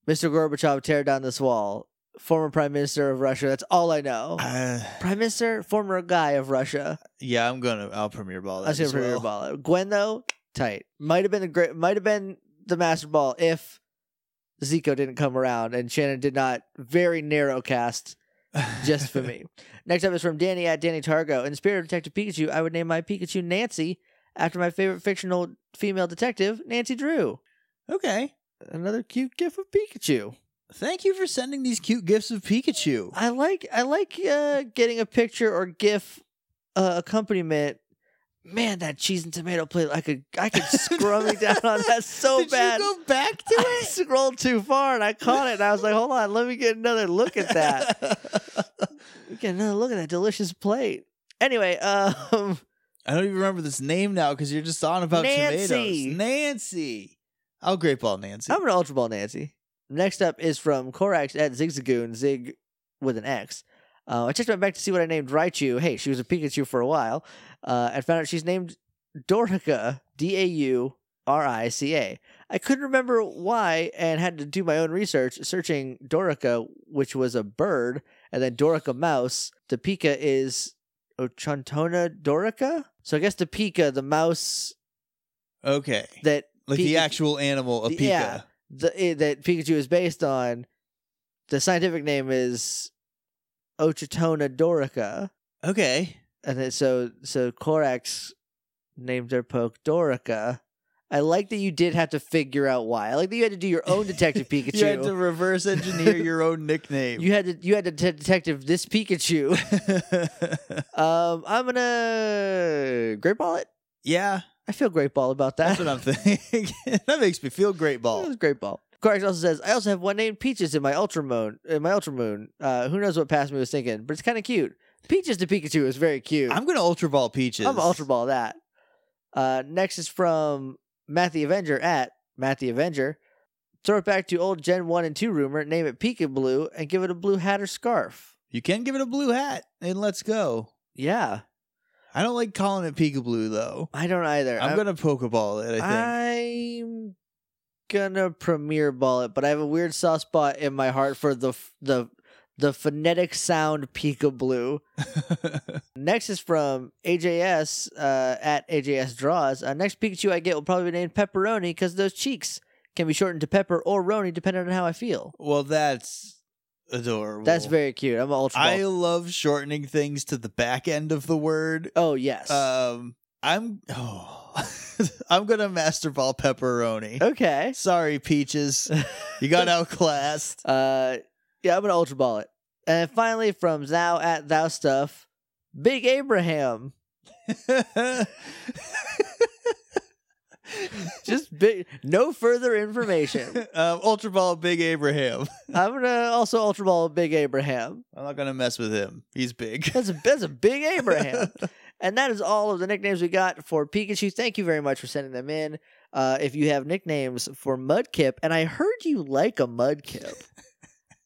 Speaker 1: Mr. Gorbachev, tear down this wall. Former Prime Minister of Russia. That's all I know.
Speaker 2: Uh,
Speaker 1: Prime Minister, former guy of Russia.
Speaker 2: yeah, I'm gonna. I'll premiere ball. That
Speaker 1: I was gonna
Speaker 2: as
Speaker 1: premiere
Speaker 2: well.
Speaker 1: ball. it. Gwen though, tight. Might have been the great. Might have been the master ball if Zico didn't come around and Shannon did not very narrow cast
Speaker 2: [laughs]
Speaker 1: just for me. Next up is from Danny at Danny Targo. In spirit of Detective Pikachu, I would name my Pikachu Nancy after my favorite fictional female detective, Nancy Drew.
Speaker 2: okay.
Speaker 1: Another cute gif of Pikachu.
Speaker 2: Thank you for sending these cute gifts of Pikachu.
Speaker 1: I like I like uh, getting a picture or GIF uh, accompaniment. Man, that cheese and tomato plate! I could I could scrum it down on that so
Speaker 2: [laughs] Did
Speaker 1: bad.
Speaker 2: you go back to
Speaker 1: I
Speaker 2: it?
Speaker 1: scrolled too far and I caught it, and I was like, "Hold on, let me get another look at
Speaker 2: [laughs]
Speaker 1: that. get another look at that delicious plate." Anyway, [laughs] um,
Speaker 2: I don't even remember this name now because you're just on about
Speaker 1: Nancy.
Speaker 2: tomatoes. Nancy. I'll great ball Nancy.
Speaker 1: I'm an Ultra Ball Nancy. Next up is from Korax at Zigzagoon, Zig with an X. Uh, I checked my back to see what I named Raichu. Hey, she was a Pikachu for a while, uh, and found out she's named Dorica, D A U R I C A. I couldn't remember why and had to do my own research, searching Dorica, which was a bird, and then Dorica mouse. The Pika is Ochantona Dorica? So I guess the Pika, the mouse
Speaker 2: okay.
Speaker 1: that
Speaker 2: like
Speaker 1: Pikachu-
Speaker 2: the actual animal, a
Speaker 1: The-
Speaker 2: Pika.
Speaker 1: yeah. the i- that Pikachu is based on, the scientific name is Ochitona dorica,
Speaker 2: Okay.
Speaker 1: and then so so Korax named their poke Dorica. I like that you did have to figure out why. I like that you had to do your own Detective Pikachu.
Speaker 2: [laughs] You had to reverse engineer your
Speaker 1: [laughs]
Speaker 2: own nickname.
Speaker 1: You had to you had to de- detective this Pikachu. [laughs]
Speaker 2: [laughs]
Speaker 1: Um, I'm gonna great ball it.
Speaker 2: yeah,
Speaker 1: I feel great ball about that.
Speaker 2: that's what I'm thinking. [laughs] that makes me feel great,
Speaker 1: That
Speaker 2: ball.
Speaker 1: was great ball. Correct also says, I also have one named Peaches in my Ultramoon. In my Ultramoon, uh, who knows what past me was thinking, but it's kind of cute. Peaches to Pikachu is very cute.
Speaker 2: I'm gonna ultra ball peaches.
Speaker 1: I'm ultra ball that. Uh, next is from Matt the Avenger at Matt the Avenger. Throw it back to old Gen One and Two rumor, name it Pika Blue, and give it a blue hat or scarf.
Speaker 2: You can give it a blue hat and let's go.
Speaker 1: Yeah,
Speaker 2: I don't like calling it Pika Blue though.
Speaker 1: I don't either.
Speaker 2: I'm gonna pokeball it. I think.
Speaker 1: I'm gonna premiere ball it, but I have a weird soft spot in my heart for the f- the the phonetic sound Pika Blue. Next is from AJS uh, at AJS Draws. Uh, next Pikachu I get will probably be named Pepperoni because those cheeks can be shortened to Pepper or Roni depending on how I feel.
Speaker 2: [laughs] well, that's adorable.
Speaker 1: That's very cute. I'm an ultra.
Speaker 2: I
Speaker 1: ball.
Speaker 2: love shortening things to the back end of the word.
Speaker 1: oh yes.
Speaker 2: Um, I'm oh, [laughs] I'm gonna master ball pepperoni.
Speaker 1: okay. [laughs]
Speaker 2: Sorry, peaches, you got outclassed.
Speaker 1: Uh, yeah, I'm gonna ultra ball it. And finally, from Thou at Thou Stuff, Big Abraham. just big, no further
Speaker 2: [laughs]
Speaker 1: information.
Speaker 2: [laughs] um, ultra ball, big Abraham.
Speaker 1: I'm gonna also ultra ball Big Abraham.
Speaker 2: I'm not gonna mess with him. He's big. [laughs]
Speaker 1: That's a that's a big Abraham. And that is all of the nicknames we got for Pikachu. Thank you very much for sending them in. Uh, if you have nicknames for Mudkip, and I heard you like a Mudkip,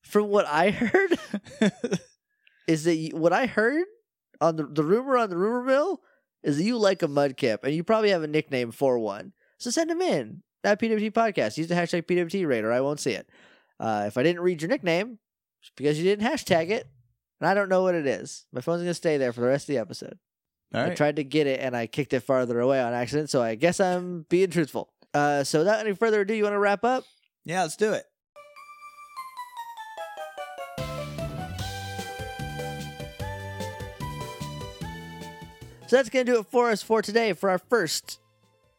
Speaker 1: from what I heard, is that you, what I heard on the, the rumor on the rumor mill is that you like a Mudkip, and you probably have a nickname for one. So send them in at PWT Podcast. Use the hashtag PWT Raider. I won't see it. Uh, if I didn't read your nickname, it's because you didn't hashtag it, and I don't know what it is. My phone's gonna stay there for the rest of the episode.
Speaker 2: All
Speaker 1: I
Speaker 2: right.
Speaker 1: tried to get it and I kicked it farther away on accident, so I guess I'm being truthful. Uh, so without any further ado, you want to wrap up?
Speaker 2: yeah, let's do it.
Speaker 1: So that's gonna do it for us for today for our first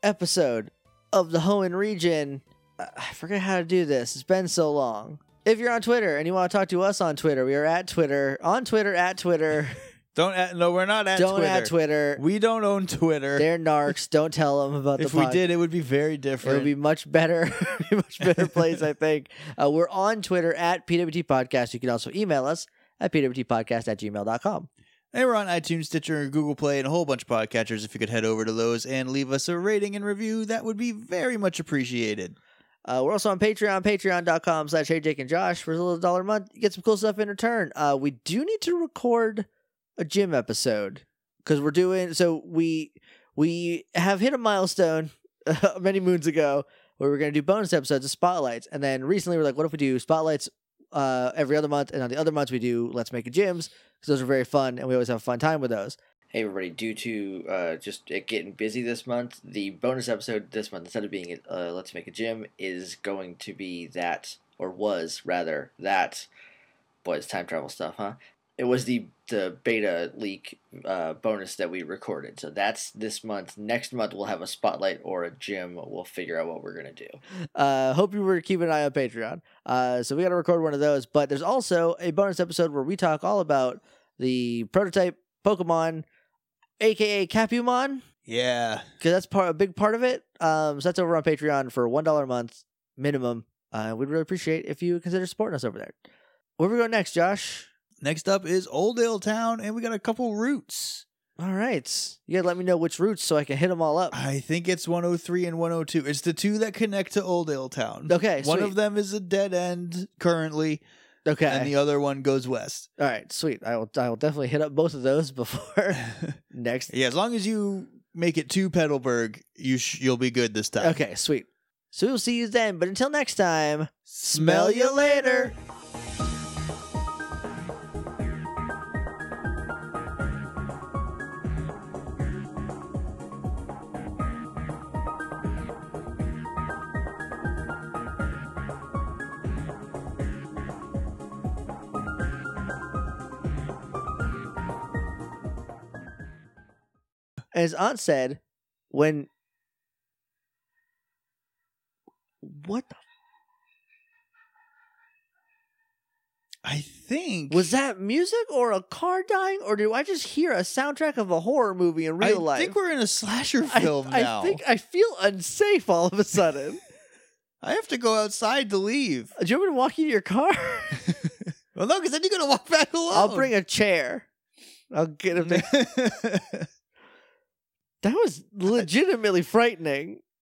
Speaker 1: episode of the Hoenn region. Uh, I forget how to do this. It's been so long. If you're on Twitter and you want to talk to us on Twitter, we are at Twitter on Twitter at Twitter.
Speaker 2: Don't at, no, we're not [laughs] at
Speaker 1: don't
Speaker 2: Twitter.
Speaker 1: at Twitter.
Speaker 2: We don't own Twitter.
Speaker 1: They're narcs. Don't tell them about
Speaker 2: if
Speaker 1: the
Speaker 2: we
Speaker 1: podcast.
Speaker 2: did, it would be very
Speaker 1: It
Speaker 2: different.
Speaker 1: would be much better, [laughs] be much better place, I think. Uh, we're on Twitter at PWT Podcast. You can also email us at pwtpodcast at gmail.com.
Speaker 2: Hey, we're on iTunes, Stitcher, and Google Play, and a whole bunch of podcatchers. If you could head over to those and leave us a rating and review, that would be very much appreciated.
Speaker 1: Uh, we're also on Patreon, patreon.com slash hey Jake and Josh for a little dollar a month. You get some cool stuff in return. Uh, we do need to record a gym episode because we're doing so we we have hit a milestone [laughs] many moons ago where we're going to do bonus episodes of spotlights and then recently we're like what if we do spotlights uh, every other month and on the other months we do let's make a gyms because those are very fun and we always have a fun time with those Hey everybody! Due to uh, just it getting busy this month, the bonus episode this month, instead of being uh, "Let's Make a Gym," is going to be that, or was rather that. Boy, it's time travel stuff, huh? It was the the beta leak uh, bonus that we recorded, so that's this month. Next month we'll have a spotlight or a gym. We'll figure out what we're gonna do. Uh, hope you were keeping an eye on Patreon. Uh, so we got to record one of those, but there's also a bonus episode where we talk all about the prototype Pokemon aka Capumon,
Speaker 2: Yeah.
Speaker 1: because that's part a big part of it. Um, so that's over on Patreon for one dollar a month minimum. Uh, we'd really appreciate if you consider supporting us over there. Where we go next, Josh?
Speaker 2: Next up is Old Ale Town, and we got a couple routes.
Speaker 1: All right, you gotta let me know which routes so I can hit them all up.
Speaker 2: I think it's 103 and 102. It's the two that connect to Old Ale Town.
Speaker 1: Okay,
Speaker 2: One
Speaker 1: sweet.
Speaker 2: of them is a dead end currently,
Speaker 1: Okay,
Speaker 2: and the other one goes west.
Speaker 1: all right, sweet. I will. I will definitely hit up both of those [laughs] before
Speaker 2: [laughs] yeah,
Speaker 1: next.
Speaker 2: as long as you make it to Petalburg, you sh- you'll be good this time.
Speaker 1: Okay, sweet. So we'll see you then. But until next time.
Speaker 2: Smell you later.
Speaker 1: And his aunt said, when what
Speaker 2: I think
Speaker 1: the, was that music or a car dying or do I just hear a soundtrack of a horror movie in real
Speaker 2: I
Speaker 1: life?
Speaker 2: think we're in a slasher
Speaker 1: [laughs] I-
Speaker 2: film
Speaker 1: I,
Speaker 2: now. I,
Speaker 1: think I feel unsafe all of a sudden.
Speaker 2: have to go outside to leave.
Speaker 1: do you want me to walk you to your car? [laughs]
Speaker 2: Well, no, because then you're gonna walk back alone.
Speaker 1: I'll bring a chair. I'll
Speaker 2: [laughs]
Speaker 1: get him. there.
Speaker 2: it.
Speaker 1: That was legitimately frightening.